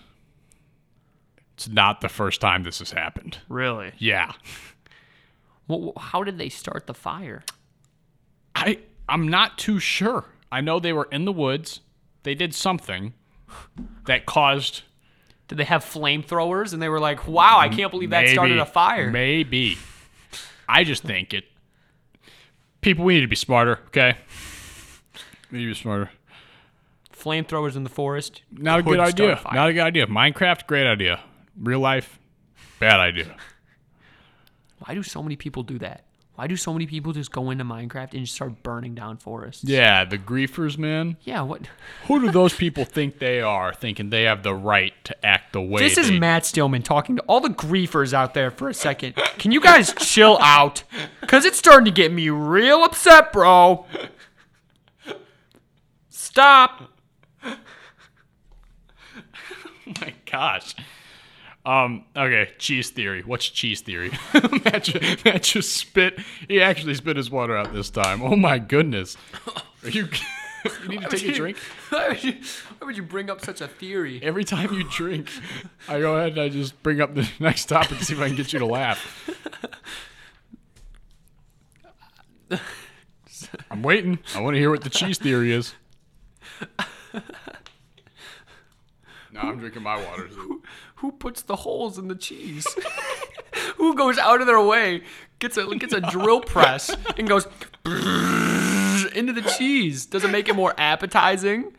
Speaker 3: It's not the first time this has happened.
Speaker 4: Really?
Speaker 3: Yeah.
Speaker 4: Well, how did they start the fire?
Speaker 3: I I'm not too sure. I know they were in the woods. They did something that caused
Speaker 4: Did they have flamethrowers and they were like, "Wow, I can't believe that started
Speaker 3: maybe-
Speaker 4: a fire."
Speaker 3: Maybe. I just think it people we need to be smarter, okay? We need to be smarter.
Speaker 4: Flamethrowers in the forest.
Speaker 3: Not a good
Speaker 4: could start
Speaker 3: idea.
Speaker 4: fire.
Speaker 3: Not a good idea. Minecraft, great idea. Real life, bad idea.
Speaker 4: Why do so many people do that? Why do so many people just go into Minecraft and just start burning down forests?
Speaker 3: Yeah, the griefers, man.
Speaker 4: Yeah, what?
Speaker 3: Who do those people think they are, thinking they have the right to act the way?
Speaker 4: This is
Speaker 3: they-
Speaker 4: Matt Stillman talking to all the griefers out there for a second. Can you guys chill out? Because it's starting to get me real upset, bro. Stop.
Speaker 3: my gosh. Um. Okay. Cheese theory. What's cheese theory? Matt, just, Matt just spit. He actually spit his water out this time. Oh my goodness. Are you? you need to take a drink.
Speaker 4: Why would, you, why would you bring up such a theory?
Speaker 3: Every time you drink, I go ahead and I just bring up the next topic to see if I can get you to laugh. I'm waiting. I want to hear what the cheese theory is. No, I'm drinking my water.
Speaker 4: Who puts the holes in the cheese? Who goes out of their way, gets a gets a drill press, and goes into the cheese? Does it make it more appetizing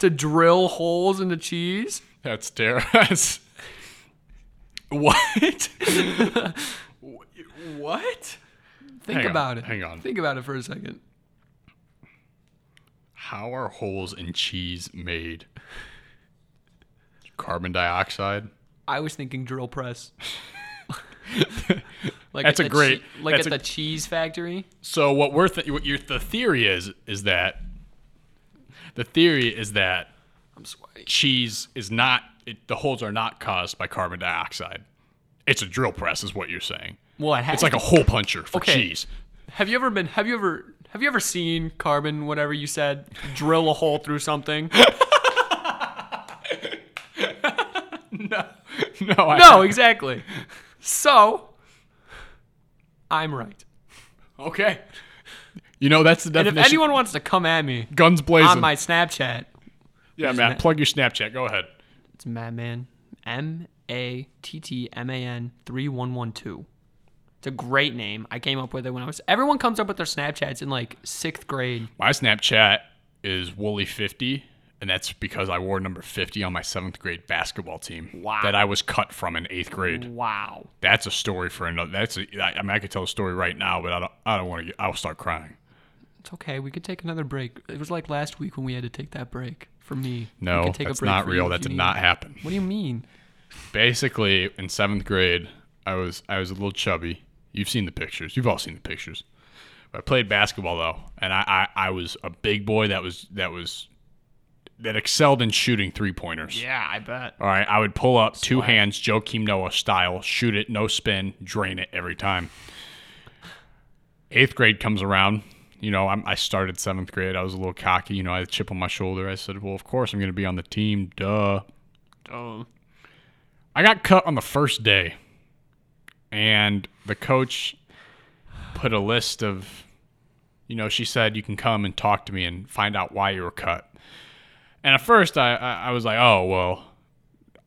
Speaker 4: to drill holes in the cheese?
Speaker 3: That's terrible. what?
Speaker 4: What? Think
Speaker 3: Hang on,
Speaker 4: about it.
Speaker 3: hang on.
Speaker 4: Think about it for a second.
Speaker 3: How are holes in cheese made? Carbon dioxide.
Speaker 4: I was thinking drill press. like
Speaker 3: That's
Speaker 4: at
Speaker 3: a
Speaker 4: the
Speaker 3: great-
Speaker 4: che- like
Speaker 3: that's
Speaker 4: at
Speaker 3: a-
Speaker 4: the cheese factory.
Speaker 3: So what we're th- what your the theory is is that the theory is that
Speaker 4: I'm sweaty.
Speaker 3: cheese is not it, the holes are not caused by carbon dioxide. It's a drill press, is what you're saying.
Speaker 4: Well, it has
Speaker 3: It's like a hole puncher for
Speaker 4: Okay.
Speaker 3: cheese.
Speaker 4: Have you ever been? Have you ever? Have you ever seen carbon? Whatever you said, drill a hole through something.
Speaker 3: No, I,
Speaker 4: no, exactly. So, I'm right.
Speaker 3: Okay. You know that's the
Speaker 4: And if
Speaker 3: definition.
Speaker 4: anyone wants to come at me
Speaker 3: guns blazing.
Speaker 4: on my Snapchat,
Speaker 3: yeah, Matt, plug your Snapchat. Go ahead.
Speaker 4: it's Madman. M A T T M A N three one one two. It's a great name. I came up with it when I was. Everyone comes up with their Snapchats in like sixth grade.
Speaker 3: My Snapchat is Wooly50, and that's because I wore number 50 on my seventh grade basketball team
Speaker 4: Wow.
Speaker 3: that I was cut from in eighth grade.
Speaker 4: Wow.
Speaker 3: That's a story for another. That's a, I I mean, I could tell a story right now, but I don't. I don't want to. I'll start crying.
Speaker 4: It's okay. We could take another break. It was like last week when we had to take that break for me. We
Speaker 3: No,
Speaker 4: could take a
Speaker 3: that's
Speaker 4: break
Speaker 3: not
Speaker 4: for you
Speaker 3: real.
Speaker 4: if
Speaker 3: That
Speaker 4: you
Speaker 3: did
Speaker 4: need.
Speaker 3: not happen.
Speaker 4: What do you mean?
Speaker 3: Basically, in seventh grade, I was I was a little chubby, You've seen the pictures. You've all seen the pictures. I played basketball though, and I, I, I was a big boy that was that was that excelled in shooting three pointers.
Speaker 4: Yeah, I bet.
Speaker 3: All right, I would pull up two hands, Joakim Noah style, shoot it, no spin, drain it every time. Eighth grade comes around. You know, I'm, I started seventh grade. I was a little cocky. You know, I had a chip on my shoulder. I said, "Well, of course I'm going to be on the team." Duh.
Speaker 4: Oh,
Speaker 3: I got cut on the first day, and the coach put a list of, you know, she said you can come and talk to me and find out why you were cut. And at first, I I, I was like, oh well,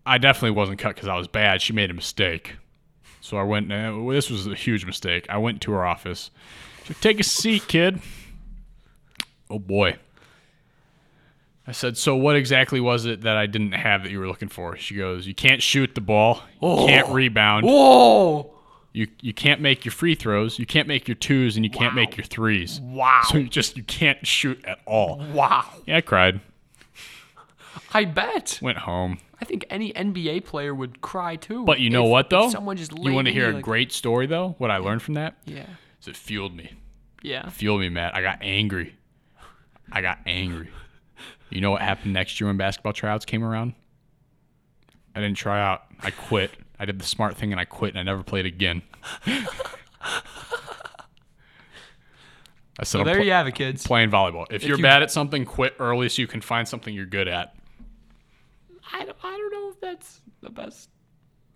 Speaker 3: I definitely wasn't cut because I was bad. She made a mistake, so I went. eh, well, this was a huge mistake. I went to her office. She said, Take a seat, kid. Oh boy. I said, so what exactly was it that I didn't have that you were looking for? She goes, you can't shoot the ball, you can't rebound,
Speaker 4: whoa,
Speaker 3: you you can't make your free throws, you can't make your twos, and you can't make your threes.
Speaker 4: wow,
Speaker 3: So you just you can't shoot at all.
Speaker 4: wow.
Speaker 3: Yeah, I cried.
Speaker 4: I bet.
Speaker 3: Went home.
Speaker 4: I think any NBA player would cry too.
Speaker 3: But you know
Speaker 4: If-
Speaker 3: what though?
Speaker 4: if someone just
Speaker 3: you want to
Speaker 4: laid me,
Speaker 3: hear a
Speaker 4: like-
Speaker 3: great story though? What I learned from that
Speaker 4: Yeah,
Speaker 3: is it fueled me.
Speaker 4: yeah.
Speaker 3: Fueled me, Matt. I got angry. I got angry. You know what happened next year when basketball tryouts came around? I didn't try out. I quit. I did the smart thing and I quit and I never played again. I said, I'm
Speaker 4: There
Speaker 3: pl-
Speaker 4: you have it, kids.
Speaker 3: playing volleyball. If, you're
Speaker 4: you-
Speaker 3: bad at something, quit early so you can find something you're good at.
Speaker 4: I don't, I don't know if that's the best.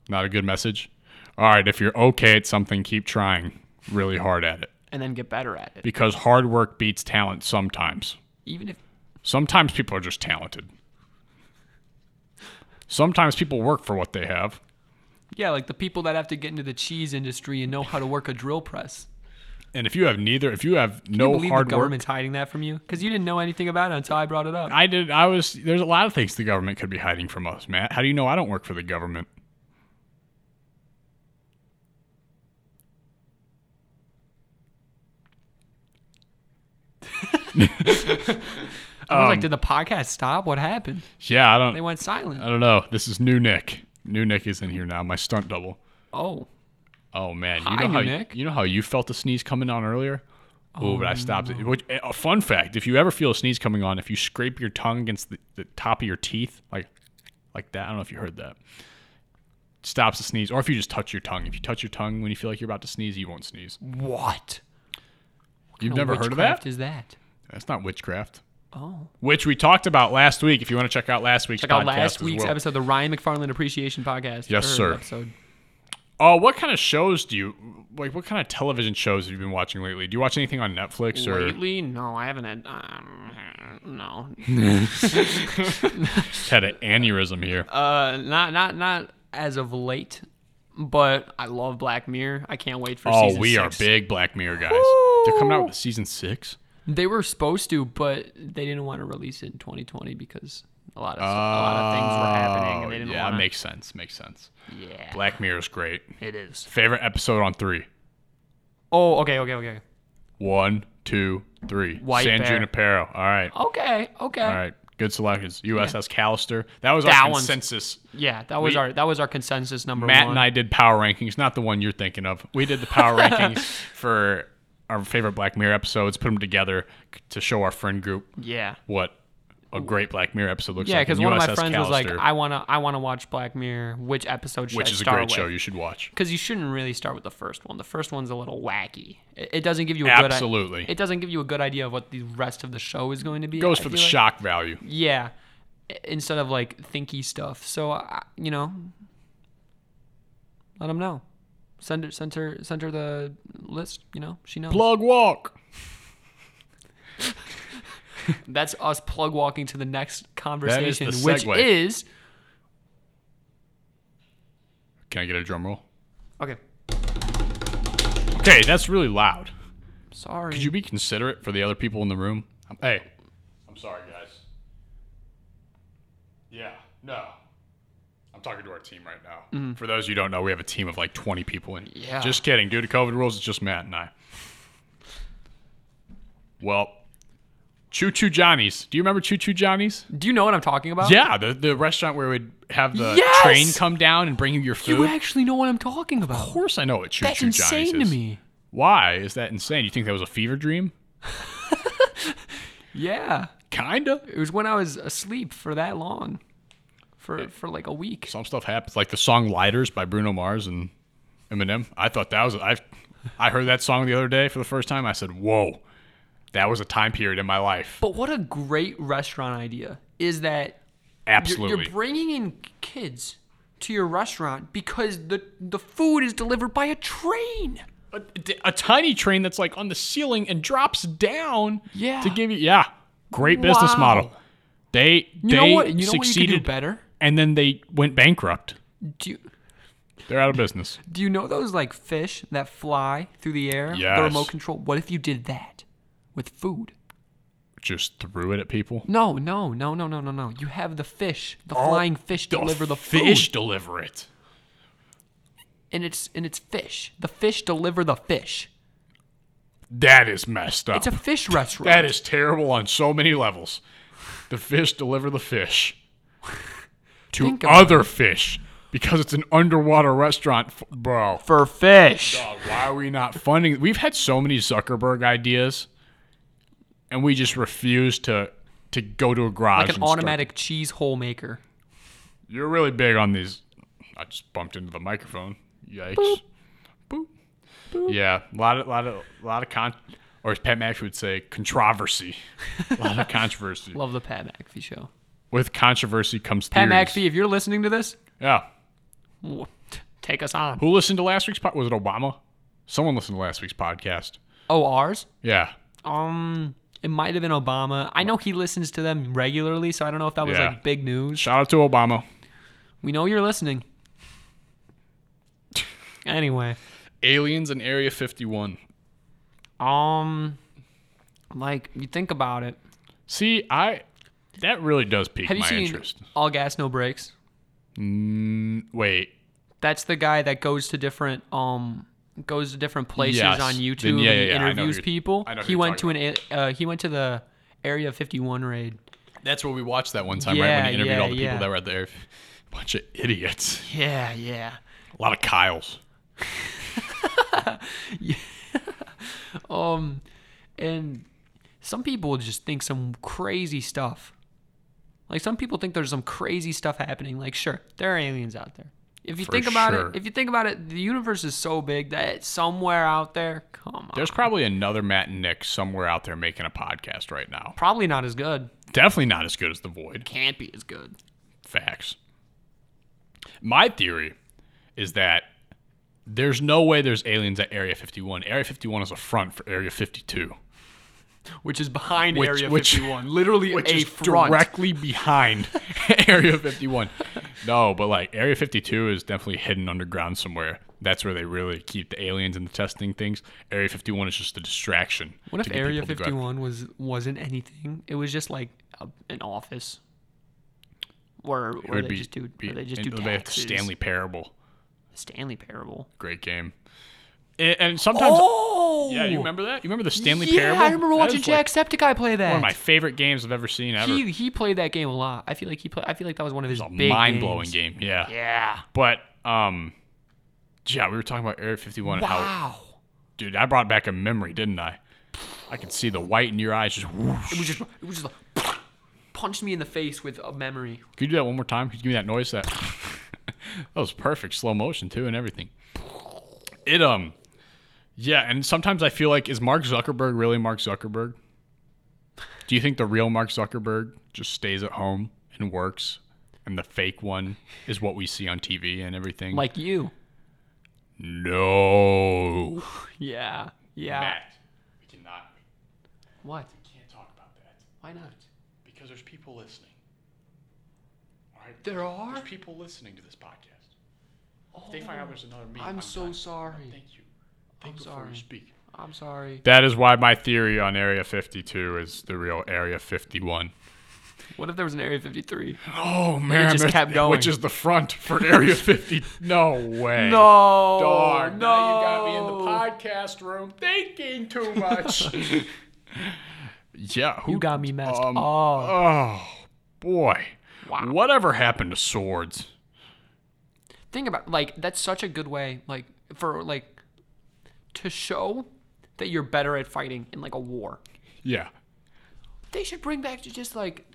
Speaker 3: Not a good message. All right, if you're okay at something, keep trying really hard at it
Speaker 4: And then get better at it.
Speaker 3: because hard work beats talent sometimes.
Speaker 4: Even if
Speaker 3: Sometimes people are just talented. Sometimes people work for what they have.
Speaker 4: yeah, like the people that have to get into the cheese industry and know how to work a drill press.
Speaker 3: And if you have neither, if you have
Speaker 4: Can you
Speaker 3: no
Speaker 4: believe
Speaker 3: hard
Speaker 4: the
Speaker 3: work,
Speaker 4: government's hiding that from you because you didn't know anything about it until I brought it up.
Speaker 3: I did. I was. There's a lot of things the government could be hiding from us, Matt. How do you know I don't work for the government?
Speaker 4: I
Speaker 3: Um,
Speaker 4: was like, did the podcast stop? What happened?
Speaker 3: Yeah, I
Speaker 4: They
Speaker 3: don't.
Speaker 4: went silent.
Speaker 3: I don't know. This is new Nick. New Nick is in here now. My stunt double.
Speaker 4: oh,
Speaker 3: Oh man, you
Speaker 4: Hi,
Speaker 3: know how
Speaker 4: new
Speaker 3: you-
Speaker 4: Nick.
Speaker 3: you know how you felt the sneeze coming on earlier. Oh, but I stopped it. Which, a fun fact: if you ever feel a sneeze coming on, if you scrape your tongue against the, the top of your teeth, like like that, I don't know if you heard that. Stops the sneeze, or if you just touch your tongue. If you touch your tongue when you feel like you're about to sneeze, you won't sneeze.
Speaker 4: what?
Speaker 3: You've
Speaker 4: Now,
Speaker 3: never heard of
Speaker 4: witchcraft
Speaker 3: that?
Speaker 4: Is that?
Speaker 3: That's not witchcraft.
Speaker 4: Oh,
Speaker 3: Which we talked about last week. If you want to check out last week's
Speaker 4: check
Speaker 3: podcast
Speaker 4: out last
Speaker 3: as
Speaker 4: week's
Speaker 3: well.
Speaker 4: episode, the Ryan McFarland Appreciation Podcast.
Speaker 3: Yes,
Speaker 4: or
Speaker 3: sir.
Speaker 4: Episode.
Speaker 3: Oh, what kind of shows do you like? What kind of television shows have you been watching lately? Do you watch anything on Netflix or
Speaker 4: Lately, no, I haven't had. Um, no,
Speaker 3: had an aneurysm here?
Speaker 4: uh, not not not as of late, but I love Black Mirror. I can't wait for.
Speaker 3: Oh,
Speaker 4: season
Speaker 3: we
Speaker 4: six.
Speaker 3: are big Black Mirror guys. They're coming out with season six.
Speaker 4: They were supposed to, but they didn't want to release it in 2020 because a lot of a lot of things were happening, and they didn't
Speaker 3: Oh, yeah,
Speaker 4: want.
Speaker 3: makes sense. Makes sense.
Speaker 4: yeah,
Speaker 3: Black Mirror is great.
Speaker 4: it is.
Speaker 3: Favorite episode on three.
Speaker 4: Oh, okay, okay, okay,
Speaker 3: One, two, three.
Speaker 4: White
Speaker 3: San
Speaker 4: Bear.
Speaker 3: Junipero. All right.
Speaker 4: okay, okay.
Speaker 3: All right. Good selections. USS Callister. That was
Speaker 4: That
Speaker 3: our
Speaker 4: one's-
Speaker 3: consensus.
Speaker 4: Yeah, that was
Speaker 3: We-
Speaker 4: our that was our consensus number
Speaker 3: Matt
Speaker 4: one.
Speaker 3: and I did power rankings, not the one you're thinking of. We did the power rankings for our favorite Black Mirror episodes, put them together to show our friend group
Speaker 4: yeah.
Speaker 3: what a great Black Mirror episode looks
Speaker 4: Yeah,
Speaker 3: like.
Speaker 4: because
Speaker 3: and
Speaker 4: one of my
Speaker 3: USS
Speaker 4: friends was like,
Speaker 3: Callister,
Speaker 4: "I wanna, I wanna watch Black Mirror. Which episode should
Speaker 3: which
Speaker 4: I
Speaker 3: is a
Speaker 4: start
Speaker 3: great show.
Speaker 4: with?"
Speaker 3: You should watch.
Speaker 4: because you shouldn't really start with the first one. The first one's a little wacky. It, it doesn't give you a good
Speaker 3: Absolutely.
Speaker 4: It doesn't give you a good idea of what the rest of the show is going to be.
Speaker 3: goes
Speaker 4: I
Speaker 3: for the
Speaker 4: feel like. Mm.
Speaker 3: shock value.
Speaker 4: Yeah, i- instead of like thinky stuff. So I you know, let them know. Send her, send her, send her the list. You know, she knows.
Speaker 3: Plug walk.
Speaker 4: That's us plug walking to the next conversation,
Speaker 3: the
Speaker 4: which
Speaker 3: segue.
Speaker 4: is
Speaker 3: Can I get a drum roll?
Speaker 4: okay.
Speaker 3: Okay, that's really loud.
Speaker 4: Sorry.
Speaker 3: Could you be considerate for the other people in the room? I'm- Hey, I'm sorry, guys. Yeah, no. I'm talking to our team right now. For those you don't know, we have a team of like 20 people. And
Speaker 4: Mm-hmm. Yeah.
Speaker 3: just kidding. Due to COVID rules, it's just Matt and I. Well, Choo Choo Johnny's. Do you remember Choo Choo Johnny's?
Speaker 4: Do you know what I'm talking about?
Speaker 3: Yeah, the, the restaurant where we'd have the
Speaker 4: Yes!
Speaker 3: train come down and bring you your food.
Speaker 4: You actually know what I'm talking about.
Speaker 3: of course, I know what Choo
Speaker 4: That's
Speaker 3: Choo Johnny's
Speaker 4: insane to
Speaker 3: is.
Speaker 4: me.
Speaker 3: Why is that insane? You think that was a fever dream?
Speaker 4: Yeah.
Speaker 3: Kinda.
Speaker 4: It was when I was asleep for that long. For for like a week.
Speaker 3: Some stuff happens, like the song "Lighters" by Bruno Mars and Eminem. I thought that was I. I heard that song the other day for the first time. I said, "Whoa, that was a time period in my life."
Speaker 4: But what a great restaurant idea is that you're,
Speaker 3: Absolutely.
Speaker 4: you're bringing in kids to your restaurant because the the food is delivered by a train.
Speaker 3: a, a tiny train that's like on the ceiling and drops down
Speaker 4: Yeah.
Speaker 3: to give you yeah great business
Speaker 4: Wow.
Speaker 3: model they
Speaker 4: You
Speaker 3: they
Speaker 4: know what? You know what you
Speaker 3: succeeded
Speaker 4: could do better.
Speaker 3: and then they went bankrupt
Speaker 4: Do you,
Speaker 3: they're out of business
Speaker 4: do you know those like fish that fly through the air?
Speaker 3: Yes.
Speaker 4: The remote control. What if you did that with food?
Speaker 3: just threw it at people
Speaker 4: No, no, no, no, no, no, no. You have the fish, the flying fish deliver the
Speaker 3: Oh, fish
Speaker 4: food.
Speaker 3: deliver it
Speaker 4: And it's and it's fish. The fish deliver the fish.
Speaker 3: that is messed up
Speaker 4: It's a fish restaurant.
Speaker 3: that is terrible on so many levels the fish deliver the fish to
Speaker 4: Think about
Speaker 3: other fish because it's an underwater restaurant f- bro
Speaker 4: for fish.
Speaker 3: Uh, Why are we not funding? We've had so many Zuckerberg ideas, and we just refuse to to go to a garage.
Speaker 4: Like an
Speaker 3: and start-
Speaker 4: automatic cheese hole maker.
Speaker 3: You're really big on these. I just bumped into the microphone. Yikes! Boop. Yeah, a lot of lot of lot of con, or as Pat Max would say, controversy. a lot of controversy.
Speaker 4: Love the Pat McAfee show.
Speaker 3: With controversy comes
Speaker 4: Pat
Speaker 3: theories.
Speaker 4: McAfee, if you're listening to this,
Speaker 3: Yeah.
Speaker 4: w- take us on.
Speaker 3: Who listened to last week's pod? Was it Obama? Someone listened to last week's podcast.
Speaker 4: Oh, ours?
Speaker 3: Yeah.
Speaker 4: Um, it might have been Obama. I know he listens to them regularly, so I don't know if that was
Speaker 3: Yeah.
Speaker 4: like big news.
Speaker 3: Shout out to Obama.
Speaker 4: We know you're listening. Anyway,
Speaker 3: Aliens in Area 51.
Speaker 4: um, like you think about it.
Speaker 3: See, I that really does pique
Speaker 4: Have you
Speaker 3: my
Speaker 4: seen
Speaker 3: interest.
Speaker 4: All Gas No Breaks?
Speaker 3: Wait,
Speaker 4: That's the guy that goes to different um goes to different places
Speaker 3: Yes.
Speaker 4: on YouTube
Speaker 3: Then- yeah,
Speaker 4: and he
Speaker 3: yeah, yeah, I know who
Speaker 4: interviews
Speaker 3: you're-
Speaker 4: people.
Speaker 3: I know who
Speaker 4: he
Speaker 3: you're
Speaker 4: went to
Speaker 3: talking
Speaker 4: an a- uh, he went to the Area 51 raid.
Speaker 3: that's where we watched that one time, right? When
Speaker 4: Yeah,
Speaker 3: he interviewed
Speaker 4: yeah,
Speaker 3: all the people
Speaker 4: yeah.
Speaker 3: that were there. Bunch of idiots.
Speaker 4: Yeah, yeah.
Speaker 3: A lot of Kyles.
Speaker 4: Um and some people just think some crazy stuff. Like some people think there's some crazy stuff happening. Like sure, there are aliens out there. If you
Speaker 3: For
Speaker 4: think about
Speaker 3: sure.
Speaker 4: it, if you think about it, the universe is so big that somewhere out there, come on.
Speaker 3: There's probably another Matt and Nick somewhere out there making a podcast right now.
Speaker 4: probably not as good.
Speaker 3: Definitely not as good as The Void.
Speaker 4: Can't be as good.
Speaker 3: Facts. My theory is that there's no way there's aliens at Area 51. Area 51 is a front for Area 52.
Speaker 4: Which is behind
Speaker 3: Which-
Speaker 4: Area
Speaker 3: which-
Speaker 4: 51. Literally
Speaker 3: which
Speaker 4: a
Speaker 3: is
Speaker 4: front.
Speaker 3: directly behind Area 51. No, but like Area 52 is definitely hidden underground somewhere. That's where they really keep the aliens and the testing things. Area 51 is just a distraction.
Speaker 4: What
Speaker 3: to
Speaker 4: if
Speaker 3: get
Speaker 4: Area
Speaker 3: people to go out.
Speaker 4: 51 was wasn't anything? It was just like a, an office, where
Speaker 3: It
Speaker 4: where
Speaker 3: would
Speaker 4: they
Speaker 3: be,
Speaker 4: just do
Speaker 3: be-
Speaker 4: where they just
Speaker 3: and
Speaker 4: do
Speaker 3: they have the
Speaker 4: taxes.
Speaker 3: Stanley Parable.
Speaker 4: Stanley Parable.
Speaker 3: Great game. And, and sometimes.
Speaker 4: Oh,
Speaker 3: Yeah, you remember that? You remember the Stanley
Speaker 4: yeah,
Speaker 3: Parable?
Speaker 4: I remember
Speaker 3: That
Speaker 4: watching
Speaker 3: is, like,
Speaker 4: Jacksepticeye play that.
Speaker 3: One of my favorite games I've ever seen ever.
Speaker 4: he he played that game a lot. I feel like he played. I feel like that was one of his big
Speaker 3: Mind blowing
Speaker 4: games.
Speaker 3: game. Yeah.
Speaker 4: Yeah.
Speaker 3: But, um, yeah, we were talking about Area 51 and how
Speaker 4: Wow.
Speaker 3: Dude, I brought back a memory, didn't I? I could see the white in your eyes just whoosh.
Speaker 4: It was just it was just like punched me in the face with a memory.
Speaker 3: Could you do that one more time? Could you give me that noise? That that was perfect, slow motion too, and everything. It um, yeah. And sometimes I feel like, is Mark Zuckerberg really Mark Zuckerberg? Do you think the real Mark Zuckerberg just stays at home and works, and the fake one is what we see on TV and everything?
Speaker 4: Like you.
Speaker 3: no,
Speaker 4: Yeah. Yeah.
Speaker 3: Matt, we cannot,
Speaker 4: What?
Speaker 3: we can't talk about that
Speaker 4: Why not?
Speaker 3: because there's people listening. All right,
Speaker 4: There are.
Speaker 3: There's people listening to this podcast. If Oh. they find out there's another me,
Speaker 4: I'm so
Speaker 3: done.
Speaker 4: sorry.
Speaker 3: Thank you. Think
Speaker 4: I'm
Speaker 3: before you
Speaker 4: sorry.
Speaker 3: speak.
Speaker 4: I'm sorry.
Speaker 3: That is why my theory on Area 52 is the real Area 51.
Speaker 4: What if there was an Area 53?
Speaker 3: Oh man,
Speaker 4: just
Speaker 3: that's-
Speaker 4: kept going.
Speaker 3: Which is the front for Area 50? No way.
Speaker 4: No.
Speaker 3: Darn.
Speaker 4: No.
Speaker 3: Now you got me in the podcast room thinking too much. Yeah, who
Speaker 4: You got me messed
Speaker 3: um,
Speaker 4: up.
Speaker 3: Oh boy. Wow. Whatever happened to swords?
Speaker 4: think about like that's such a good way like for like to show that you're better at fighting in like a war
Speaker 3: Yeah.
Speaker 4: they should bring back to just like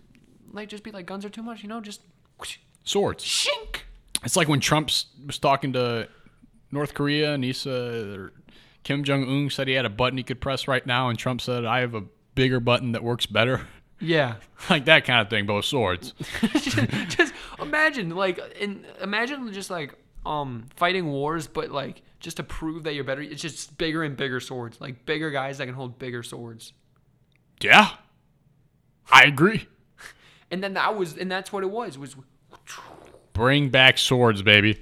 Speaker 4: like just be like guns are too much you know just whoosh,
Speaker 3: Swords.
Speaker 4: shink
Speaker 3: It's like when Trump s- was talking to North Korea and he said or Kim Jong Un said he had a button he could press right now and Trump said I have a bigger button that works better.
Speaker 4: yeah
Speaker 3: like that kind of thing, both swords.
Speaker 4: just imagine like and imagine just like um fighting wars but like just to prove that you're better it's just bigger and bigger swords like bigger guys that can hold bigger swords
Speaker 3: yeah. I agree.
Speaker 4: and then that was and that's what it was was
Speaker 3: Bring back swords, baby.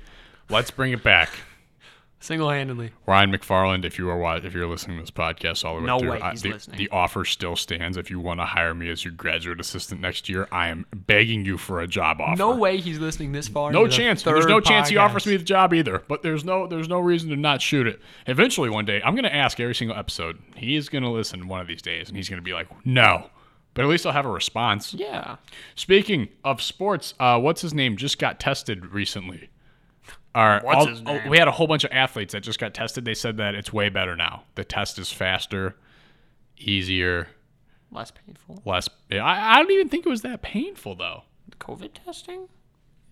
Speaker 3: Let's bring it back.
Speaker 4: single-handedly
Speaker 3: Ryan McFarland, if you are wa- if you're listening to this podcast all the way
Speaker 4: No
Speaker 3: through,
Speaker 4: way
Speaker 3: I-
Speaker 4: he's
Speaker 3: the,
Speaker 4: listening.
Speaker 3: the offer still stands. If you want to hire me as your graduate assistant next year, I am begging you for a job offer.
Speaker 4: no way he's listening this far
Speaker 3: no
Speaker 4: into the
Speaker 3: chance. There's no
Speaker 4: third
Speaker 3: chance he offers
Speaker 4: podcast.
Speaker 3: me the job either. But there's no there's no reason to not shoot it. Eventually, one day, I'm gonna ask every single episode. He is gonna listen one of these days, and he's gonna be like, no. But at least I'll have a response.
Speaker 4: yeah
Speaker 3: Speaking of sports, uh, what's his name just got tested recently? Our,
Speaker 4: What's
Speaker 3: all-
Speaker 4: his name?
Speaker 3: oh, we had a whole bunch of athletes that just got tested. They said that it's way better now. The test is faster, easier,
Speaker 4: less painful.
Speaker 3: less. I, I don't even think it was that painful though.
Speaker 4: COVID testing?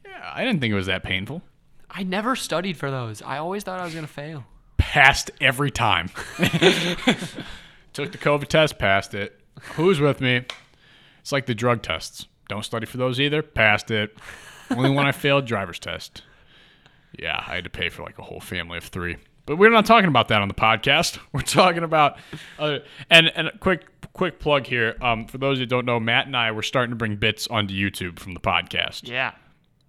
Speaker 3: Yeah, I didn't think it was that painful.
Speaker 4: I never studied for those. I always thought I was gonna fail.
Speaker 3: Passed every time. Took the COVID test, passed it. Who's with me? It's like the drug tests. Don't study for those either. Passed it. Only one I failed driver's test. Yeah, I had to pay for like a whole family of three. But we're not talking about that on the podcast. We're talking about uh, and and a quick quick plug here. Um, for those who don't know, Matt and I were starting to bring bits onto YouTube from the podcast,
Speaker 4: Yeah.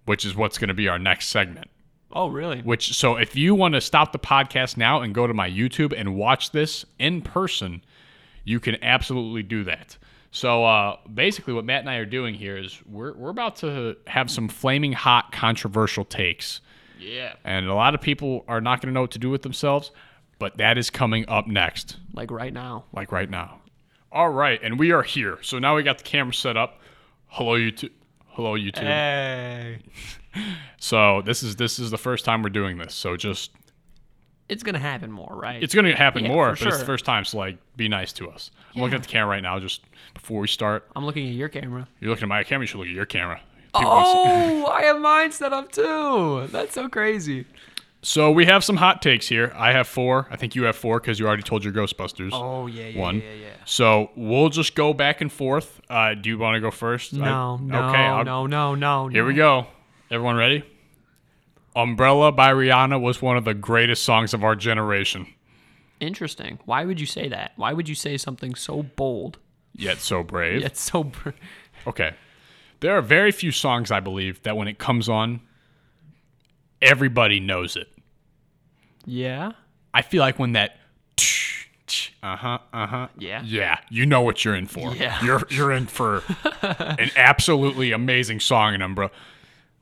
Speaker 3: which is what's going to be our next segment.
Speaker 4: Oh really?
Speaker 3: Which so if you want to stop the podcast now and go to my YouTube and watch this in person, you can absolutely do that. So uh, basically, what Matt and I are doing here is we're we're about to have some flaming hot controversial takes,
Speaker 4: Yeah.
Speaker 3: and a lot of people are not going to know what to do with themselves. But that is coming up next,
Speaker 4: Like right now.
Speaker 3: like right now. All right, and we are here. So now we got the camera set up. Hello YouTube. Hello YouTube.
Speaker 4: Eh. Hey.
Speaker 3: So this is this is the first time we're doing this. So just
Speaker 4: It's gonna happen more, right?
Speaker 3: It's going to happen
Speaker 4: Yeah,
Speaker 3: more,
Speaker 4: for
Speaker 3: but it's the
Speaker 4: sure.
Speaker 3: first time. So, like, be nice to us. I'm looking at the camera right now, just before we start.
Speaker 4: I'm looking at your camera.
Speaker 3: You're looking at my camera. You should look at your camera. People wanna see-
Speaker 4: Oh, I have mine set up too. That's so crazy.
Speaker 3: So, we have some hot takes here. I have four. I think you have four because you already told your Ghostbusters.
Speaker 4: Oh yeah, yeah,
Speaker 3: one.
Speaker 4: yeah, yeah. yeah.
Speaker 3: So, we'll just go back and forth. Uh, do you want to go first? I-
Speaker 4: No, no,
Speaker 3: I'll-
Speaker 4: no, no, no.
Speaker 3: Here we go. Everyone ready? Umbrella by Rihanna was one of the greatest songs of our generation,
Speaker 4: Interesting. Why would you say that? Why would you say something so bold
Speaker 3: yet so brave.
Speaker 4: yet so? Br-
Speaker 3: Okay. There are very few songs, I believe, that when it comes on, everybody knows it.
Speaker 4: yeah.
Speaker 3: I feel like when that uh huh, uh huh,
Speaker 4: Yeah.
Speaker 3: yeah, you know what you're in for.
Speaker 4: Yeah.
Speaker 3: You're you're in for an absolutely amazing song in Umbra.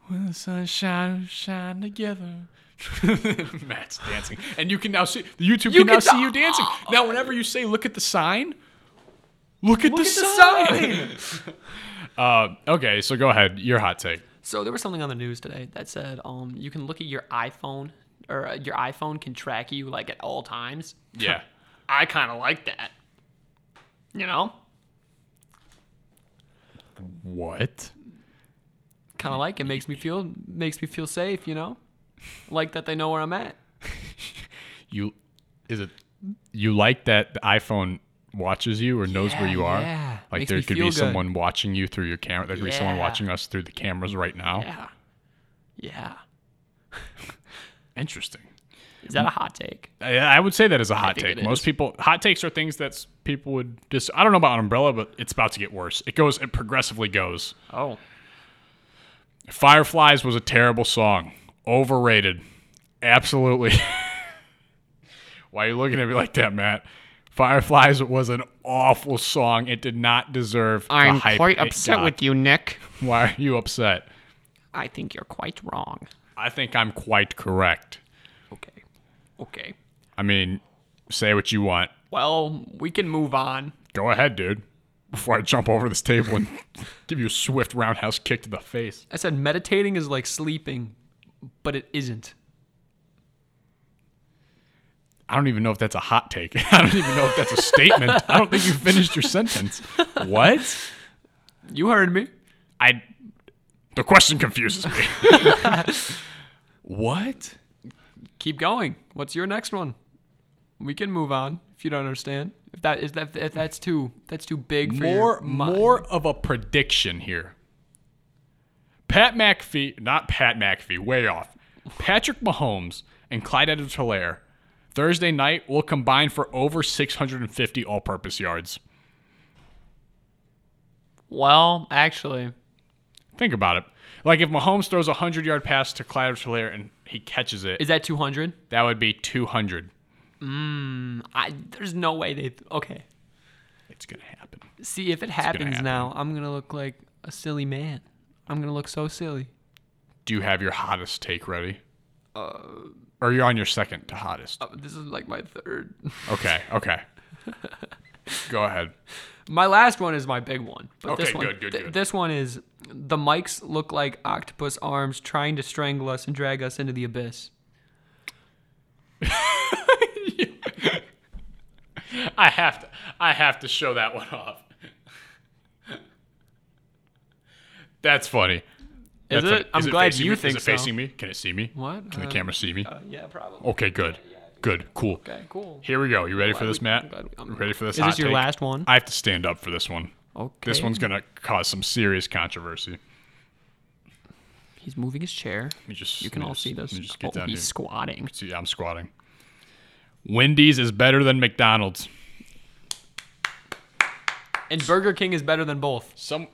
Speaker 3: When the sun shine, shine together. Matt's dancing, and you can now see the YouTube can,
Speaker 4: You
Speaker 3: now
Speaker 4: can
Speaker 3: see
Speaker 4: t-
Speaker 3: you dancing. Now, whenever you say "look at the sign," look at, the,
Speaker 4: Look
Speaker 3: sign.
Speaker 4: at the sign.
Speaker 3: Okay, so go ahead, your hot take.
Speaker 4: So there was something on the news today that said um, you can look at your iPhone or uh, your iPhone can track you like at all times.
Speaker 3: Yeah.
Speaker 4: I kind of like that. You know,
Speaker 3: What?
Speaker 4: kind of like it makes me feel makes me feel safe. You know, like that they know where I'm at.
Speaker 3: You is it you like that the iPhone watches you or knows where
Speaker 4: Yeah,
Speaker 3: you are?
Speaker 4: yeah.
Speaker 3: Like
Speaker 4: Makes
Speaker 3: there
Speaker 4: me
Speaker 3: could be
Speaker 4: feel good.
Speaker 3: someone watching you through your camera. There could be someone
Speaker 4: Yeah.
Speaker 3: watching us through the cameras right now.
Speaker 4: Yeah, yeah.
Speaker 3: Interesting.
Speaker 4: Is that a hot take?
Speaker 3: I, I would say that is a hot
Speaker 4: think
Speaker 3: take.
Speaker 4: it
Speaker 3: Most
Speaker 4: is.
Speaker 3: people hot takes are things that s- people would just I don't know about umbrella, but it's about to get worse. It goes it progressively goes.
Speaker 4: Oh,
Speaker 3: Fireflies was a terrible song. Overrated. Absolutely. Why are you looking at me like that, Matt? Fireflies was an awful song. It did not deserve the hype.
Speaker 4: you, Nick.
Speaker 3: you. Why are you upset?
Speaker 4: I think you're quite wrong.
Speaker 3: I think I'm quite correct.
Speaker 4: Okay, okay.
Speaker 3: I mean, say what you want.
Speaker 4: Well, we can move on.
Speaker 3: Go ahead, dude. before I jump over this table and give you a swift roundhouse kick to the face.
Speaker 4: I said meditating is like sleeping, but it isn't.
Speaker 3: I don't even know if that's a hot take. I don't even know if that's a statement. I don't think you finished your sentence. What?
Speaker 4: You heard me.
Speaker 3: I. The question confuses me. what?
Speaker 4: Keep going. What's your next one? We can move on if you don't understand. If that is that if that's too that's too big for
Speaker 3: more
Speaker 4: your mind.
Speaker 3: more of a prediction here. Pat McAfee, not Pat McAfee, way off. Patrick Mahomes and Clyde Edwards Hilaire Thursday night will combine for over 650 all purpose yards.
Speaker 4: Well, actually,
Speaker 3: Think about it. Like if Mahomes throws a 100 yard pass to Clyde Edwards Hilaire and he catches it,
Speaker 4: is that 200?
Speaker 3: that would be 200.
Speaker 4: I there's no way they Okay.
Speaker 3: It's going to happen.
Speaker 4: See, if it happens
Speaker 3: happen.
Speaker 4: now, I'm going to look like a silly man. I'm going to look so silly.
Speaker 3: Do you have your hottest take ready? or you're on your second to hottest?
Speaker 4: Uh, This is like my third.
Speaker 3: okay, okay. Go ahead.
Speaker 4: My last one is my big one. But
Speaker 3: Okay,
Speaker 4: this one,
Speaker 3: good, good,
Speaker 4: th-
Speaker 3: good.
Speaker 4: This one is the mics look like octopus arms trying to strangle us and drag us into the abyss.
Speaker 3: I have to I have to show that one off. That's funny.
Speaker 4: Is
Speaker 3: That's
Speaker 4: it?
Speaker 3: funny.
Speaker 4: I'm glad
Speaker 3: facing
Speaker 4: you
Speaker 3: me?
Speaker 4: think
Speaker 3: Is it
Speaker 4: so.
Speaker 3: facing me? Can it see me?
Speaker 4: What?
Speaker 3: Can the
Speaker 4: Uh,
Speaker 3: camera see me?
Speaker 4: Uh, yeah, probably.
Speaker 3: okay, good. Good. Cool.
Speaker 4: Okay, cool.
Speaker 3: Here we go. You ready for
Speaker 4: glad
Speaker 3: this,
Speaker 4: we-
Speaker 3: Matt?
Speaker 4: I'm glad we- I'm-
Speaker 3: You ready for this?
Speaker 4: Is
Speaker 3: hot
Speaker 4: this your
Speaker 3: take?
Speaker 4: last one?
Speaker 3: I have to stand up for this one.
Speaker 4: Okay.
Speaker 3: This one's gonna cause some serious controversy.
Speaker 4: He's moving his chair.
Speaker 3: Let me just.
Speaker 4: You can
Speaker 3: let me
Speaker 4: all
Speaker 3: just-
Speaker 4: see this.
Speaker 3: Let me just get
Speaker 4: oh,
Speaker 3: down
Speaker 4: he's
Speaker 3: here.
Speaker 4: squatting.
Speaker 3: See, I'm squatting. Wendy's is better than McDonald's.
Speaker 4: And Burger King is better than both.
Speaker 3: Some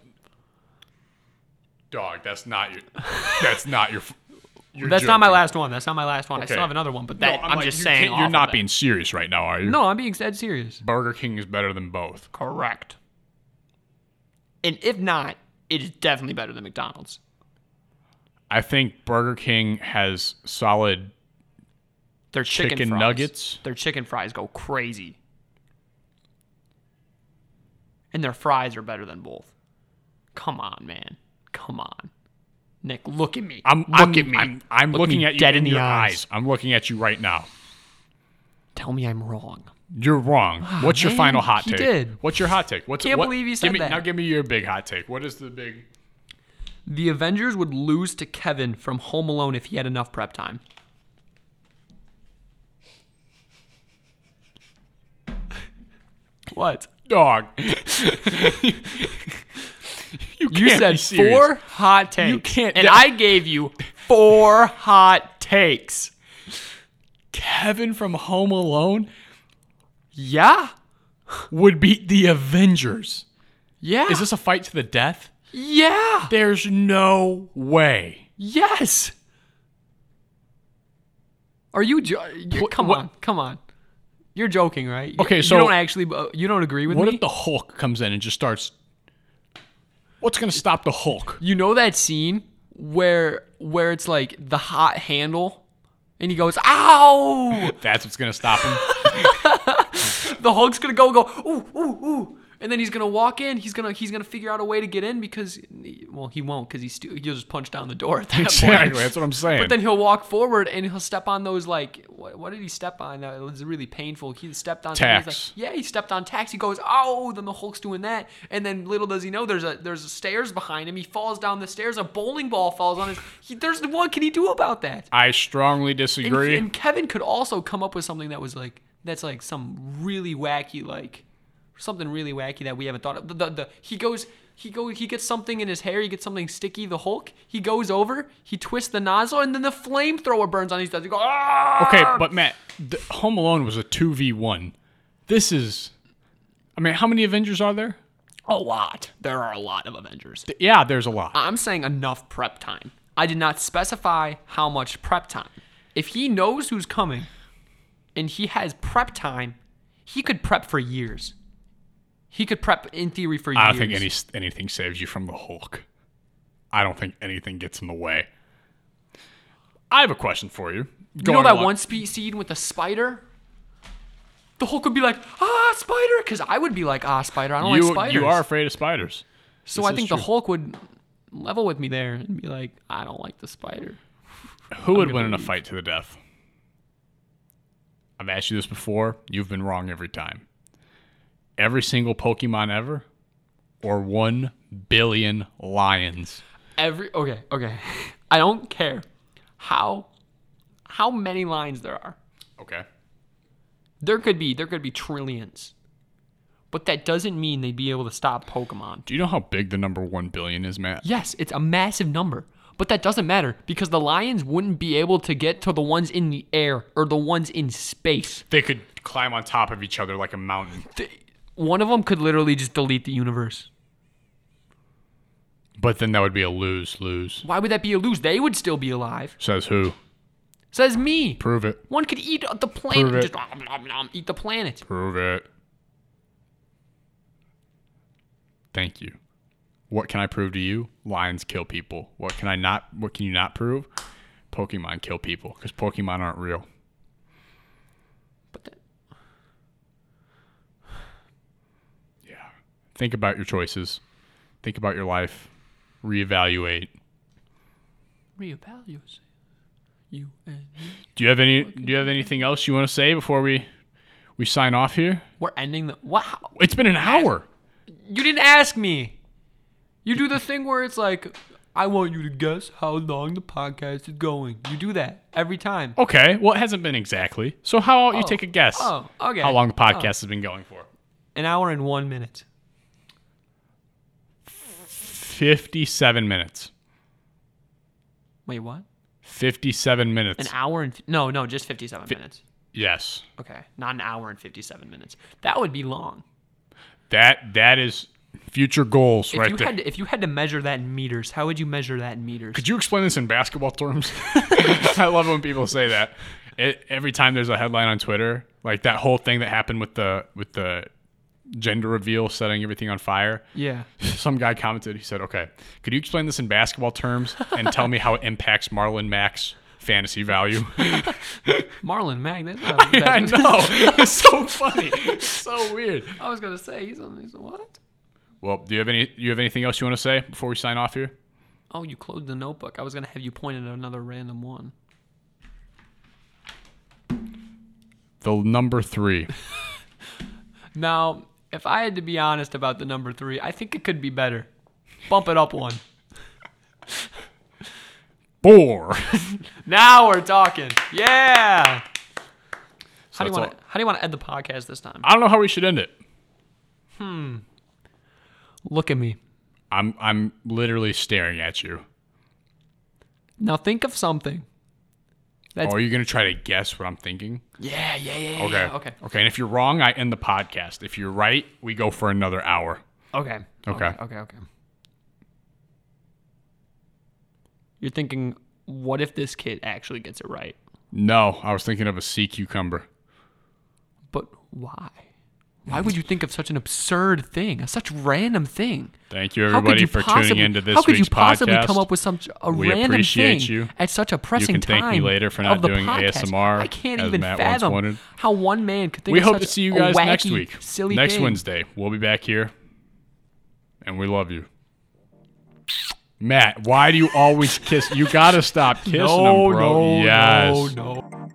Speaker 3: dog. That's not your. That's not your. your
Speaker 4: That's not my
Speaker 3: joke.
Speaker 4: last one. That's not my last one. I
Speaker 3: Okay.
Speaker 4: still have another one, but
Speaker 3: No,
Speaker 4: that I'm,
Speaker 3: like,
Speaker 4: just
Speaker 3: you
Speaker 4: saying.
Speaker 3: can't- You're
Speaker 4: off
Speaker 3: not
Speaker 4: of it.
Speaker 3: being serious right now, are you?
Speaker 4: No, I'm being dead serious.
Speaker 3: Burger King is better than both.
Speaker 4: Correct. And if not, it is definitely better than McDonald's.
Speaker 3: I think Burger King has solid.
Speaker 4: Their chicken,
Speaker 3: Chicken
Speaker 4: fries.
Speaker 3: nuggets?
Speaker 4: Their chicken fries go crazy. And their fries are better than both. Come on, man. Come on. Nick, look at me.
Speaker 3: I'm
Speaker 4: look
Speaker 3: I'm,
Speaker 4: at me.
Speaker 3: I'm, I'm
Speaker 4: Look
Speaker 3: looking
Speaker 4: me
Speaker 3: at you
Speaker 4: dead
Speaker 3: in,
Speaker 4: in the
Speaker 3: your
Speaker 4: eyes.
Speaker 3: eyes. I'm looking at you right now.
Speaker 4: Tell me I'm wrong.
Speaker 3: You're wrong. What's your
Speaker 4: Ah, man,
Speaker 3: final hot
Speaker 4: he
Speaker 3: take?
Speaker 4: did.
Speaker 3: What's your hot take? What's
Speaker 4: Can't
Speaker 3: what-
Speaker 4: believe you
Speaker 3: give
Speaker 4: said
Speaker 3: me-
Speaker 4: that.
Speaker 3: Now give me your big hot take. What is the big?
Speaker 4: The Avengers would lose to Kevin from Home Alone if he had enough prep time. What?
Speaker 3: Dog. you
Speaker 4: You
Speaker 3: can't be
Speaker 4: said
Speaker 3: serious.
Speaker 4: four hot takes.
Speaker 3: can't-
Speaker 4: And I gave you four hot takes.
Speaker 3: Kevin from Home Alone
Speaker 4: Yeah?
Speaker 3: would beat the Avengers.
Speaker 4: Yeah.
Speaker 3: Is this a fight to the death?
Speaker 4: Yeah.
Speaker 3: There's no way.
Speaker 4: Yes. Are you, jo- you
Speaker 3: What-
Speaker 4: come
Speaker 3: what-
Speaker 4: on. Come on. You're joking, right? You-
Speaker 3: Okay, so-
Speaker 4: you don't actually uh, you don't agree with
Speaker 3: What
Speaker 4: me?
Speaker 3: if the Hulk comes in and just starts? What's gonna stop the Hulk?
Speaker 4: You know that scene where where it's like the hot handle and he goes, "Ow!"
Speaker 3: That's what's gonna stop him.
Speaker 4: the Hulk's going to go go, "Ooh, ooh, ooh." And then he's going to walk in. He's going to he's going to figure out a way to get in because well, he won't cuz he's stu- he'll just punch down the door at that
Speaker 3: exactly.
Speaker 4: point.
Speaker 3: That's what I'm saying.
Speaker 4: But then he'll walk forward and he'll step on those like what, what did he step on? That was really painful. He stepped on something. He's like-
Speaker 3: Tacks.
Speaker 4: yeah, he stepped on tacks. He goes, oh, then the Hulk's doing that, and then little does he know there's a there's a stairs behind him. He falls down the stairs. A bowling ball falls on his. He, there's what can he do about that?
Speaker 3: I strongly
Speaker 4: And,
Speaker 3: disagree.
Speaker 4: and Kevin could also come up with something that was like that's like some really wacky like something really wacky that we haven't thought of. The, the, the he goes he go he gets something in his hair. He gets something sticky. The Hulk. He goes over. He twists the nozzle, and then the flamethrower burns on his death. You go ah.
Speaker 3: okay, but Matt, the Home Alone was a two v one. This is. I mean, how many Avengers are there?
Speaker 4: A lot. There are a lot of Avengers.
Speaker 3: Yeah, there's a lot.
Speaker 4: I'm saying enough prep time. I did not specify how much prep time. If he knows who's coming and he has prep time, he could prep for years. He could prep in theory for years.
Speaker 3: I don't think any anything saves you from the Hulk. I don't think anything gets in the way. I have a question for you.
Speaker 4: You know that one spe- scene with the spider? the Hulk would be like, ah, spider, because I would be like, ah, spider, I don't
Speaker 3: you,
Speaker 4: like spiders.
Speaker 3: you are afraid of spiders.
Speaker 4: so
Speaker 3: this
Speaker 4: I
Speaker 3: is
Speaker 4: think the
Speaker 3: true.
Speaker 4: Hulk would level with me there and be like, I don't like the spider.
Speaker 3: Who would
Speaker 4: gonna
Speaker 3: win in a
Speaker 4: leave.
Speaker 3: fight to the death? I've asked you this before. You've been wrong every time. Every single Pokemon ever, or one billion lions.
Speaker 4: Every okay, okay, I don't care how how many lines there are.
Speaker 3: Okay.
Speaker 4: There could be there could be trillions, but that doesn't mean they'd be able to stop Pokemon.
Speaker 3: Do you know how big the number one billion is, Matt?
Speaker 4: Yes, it's a massive number, but that doesn't matter because the lions wouldn't be able to get to the ones in the air or the ones in space.
Speaker 3: They could climb on top of each other like a mountain.
Speaker 4: One of them could literally just delete the universe.
Speaker 3: But then that would be a lose lose.
Speaker 4: Why would that be a lose? They would still be alive.
Speaker 3: Says who?
Speaker 4: Says me.
Speaker 3: Prove it.
Speaker 4: One could eat the
Speaker 3: Prove it.
Speaker 4: planet. Just nom, nom, nom, eat the planet.
Speaker 3: Prove it. Thank you. What can I prove to you? Lions kill people. What can I not? What can you not prove? Pokemon kill people because Pokemon aren't real.
Speaker 4: But that,
Speaker 3: Yeah. Think about your choices. Think about your life. Reevaluate.
Speaker 4: reevaluates you and me.
Speaker 3: Do you have any? Do you have anything else you want to say before we we sign off here?
Speaker 4: We're ending the what? How,
Speaker 3: It's been an hour.
Speaker 4: you didn't ask me. You do the thing where it's like, I want you to guess how long the podcast is going. You do that every time.
Speaker 3: Okay. Well, it hasn't been exactly. So how about you take a guess?
Speaker 4: Oh, okay.
Speaker 3: How long the podcast has been going for?
Speaker 4: An hour and one minute.
Speaker 3: Fifty-seven minutes.
Speaker 4: Wait, what?
Speaker 3: 57
Speaker 4: An
Speaker 3: minutes.
Speaker 4: hour and no, no, just fifty-seven minutes.
Speaker 3: yes.
Speaker 4: Okay, not an hour and fifty-seven minutes. That would be long.
Speaker 3: That that is future goals
Speaker 4: If
Speaker 3: right
Speaker 4: you
Speaker 3: there.
Speaker 4: had to, if you had to measure that in meters, how would you measure that in meters?
Speaker 3: Could you explain this in basketball terms? I love when people say that. It, every time there's a headline on Twitter, like that whole thing that happened with the with the gender reveal setting everything on fire.
Speaker 4: yeah.
Speaker 3: Some guy commented, he said, "Okay, could you explain this in basketball terms and tell me how it impacts Marlon Mack's fantasy value?"
Speaker 4: Marlon Mack. That's not that's-
Speaker 3: I know. It's so funny. It's so weird.
Speaker 4: I was gonna say he's on. He's what?
Speaker 3: Well, do you have any you have anything else you want to say before we sign off here?
Speaker 4: Oh, you closed the notebook. I was gonna have you point at another random one.
Speaker 3: The number three.
Speaker 4: Now, if I had to be honest about the number three, I think it could be better. Bump it up one.
Speaker 3: Four.
Speaker 4: Now we're talking. Yeah. How do you
Speaker 3: that's
Speaker 4: want
Speaker 3: all.
Speaker 4: to? How do you want to end the podcast this time?
Speaker 3: I don't know how we should end it.
Speaker 4: Look at me.
Speaker 3: I'm I'm literally staring at you.
Speaker 4: Now think of something.
Speaker 3: Oh, are you gonna try to guess what I'm thinking?
Speaker 4: Yeah, yeah, yeah. yeah,
Speaker 3: Okay.
Speaker 4: yeah, Okay.
Speaker 3: Okay. And if you're wrong, I end the podcast. If you're right, we go for another hour.
Speaker 4: Okay.
Speaker 3: Okay.
Speaker 4: Okay. Okay. You're thinking, what if this kid actually gets it right?
Speaker 3: No, I was thinking of a sea cucumber.
Speaker 4: But why? Why would you think of such an absurd thing, a such random thing?
Speaker 3: Thank you
Speaker 4: How could
Speaker 3: everybody
Speaker 4: you
Speaker 3: for
Speaker 4: possibly-
Speaker 3: tuning into this
Speaker 4: How could
Speaker 3: week's
Speaker 4: you possibly
Speaker 3: podcast.
Speaker 4: come up with some a
Speaker 3: We
Speaker 4: random
Speaker 3: appreciate
Speaker 4: thing
Speaker 3: you.
Speaker 4: at such a pressing
Speaker 3: can thank me
Speaker 4: time?
Speaker 3: later for
Speaker 4: of
Speaker 3: not
Speaker 4: the
Speaker 3: doing
Speaker 4: podcast?
Speaker 3: ASMR,
Speaker 4: I can't
Speaker 3: as
Speaker 4: even
Speaker 3: Matt once
Speaker 4: fathom
Speaker 3: wanted.
Speaker 4: how one man could think
Speaker 3: we
Speaker 4: of
Speaker 3: hope
Speaker 4: such
Speaker 3: to see you
Speaker 4: a
Speaker 3: guys
Speaker 4: wacky,
Speaker 3: next week.
Speaker 4: Silly
Speaker 3: next
Speaker 4: thing.
Speaker 3: Wednesday. We'll be back here. And we love you. Matt, why do you always kiss? You gotta stop kissing
Speaker 4: No,
Speaker 3: him, bro.
Speaker 4: no,
Speaker 3: yes.
Speaker 4: no, no.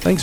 Speaker 1: Thanks